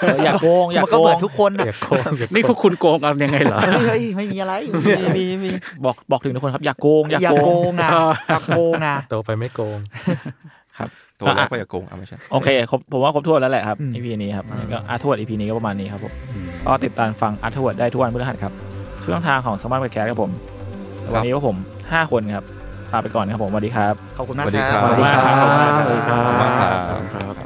Speaker 4: เอออยากโกงอยาก
Speaker 8: มัน
Speaker 4: โก
Speaker 8: ก็เหมือง นทุกคนอะ
Speaker 6: อย่าโกงอย่าโกง
Speaker 7: นี่พวกคุณโกงกันยังไงเหรอ
Speaker 8: เฮ้ยเฮ้ยไม่มีอะไรมีมีมี
Speaker 4: บอกบอกถึงทุกคนครับอยากโกงอยาก
Speaker 8: อย่า
Speaker 4: โก
Speaker 8: โก
Speaker 4: ง
Speaker 8: งอะอย่าโกงอะ
Speaker 6: โตไปไม่โกง
Speaker 5: โทรแล้วก็อย่าโกงอ่ะไม่ใช่
Speaker 4: โอเคครบผมว่าครบถ้วนแล้วแหละครับ
Speaker 8: อืม
Speaker 4: EP นี้ครับงั้นก็อาร์ทวด EP นี้ก็ประมาณนี้ครับผมก็ติดตามฟังอาร์ทวดได้ทุกวันพฤหัสครับ ช่วงทางของสมาร์ทแคร์ครับผม
Speaker 5: ครับ
Speaker 4: วันนี้พวกผม 5 คนครับลาไปก่อนครับผมสวัสดีครับ
Speaker 8: ขอบคุณมาก
Speaker 5: สวัสดี
Speaker 8: ค
Speaker 5: ค
Speaker 8: รั
Speaker 5: รั
Speaker 8: บบ สวัสดีครั
Speaker 4: ขอบคุณมากครับ
Speaker 8: สวัสดี
Speaker 5: ขอบ
Speaker 8: ครับ
Speaker 5: คุณมากครับ
Speaker 7: ครับ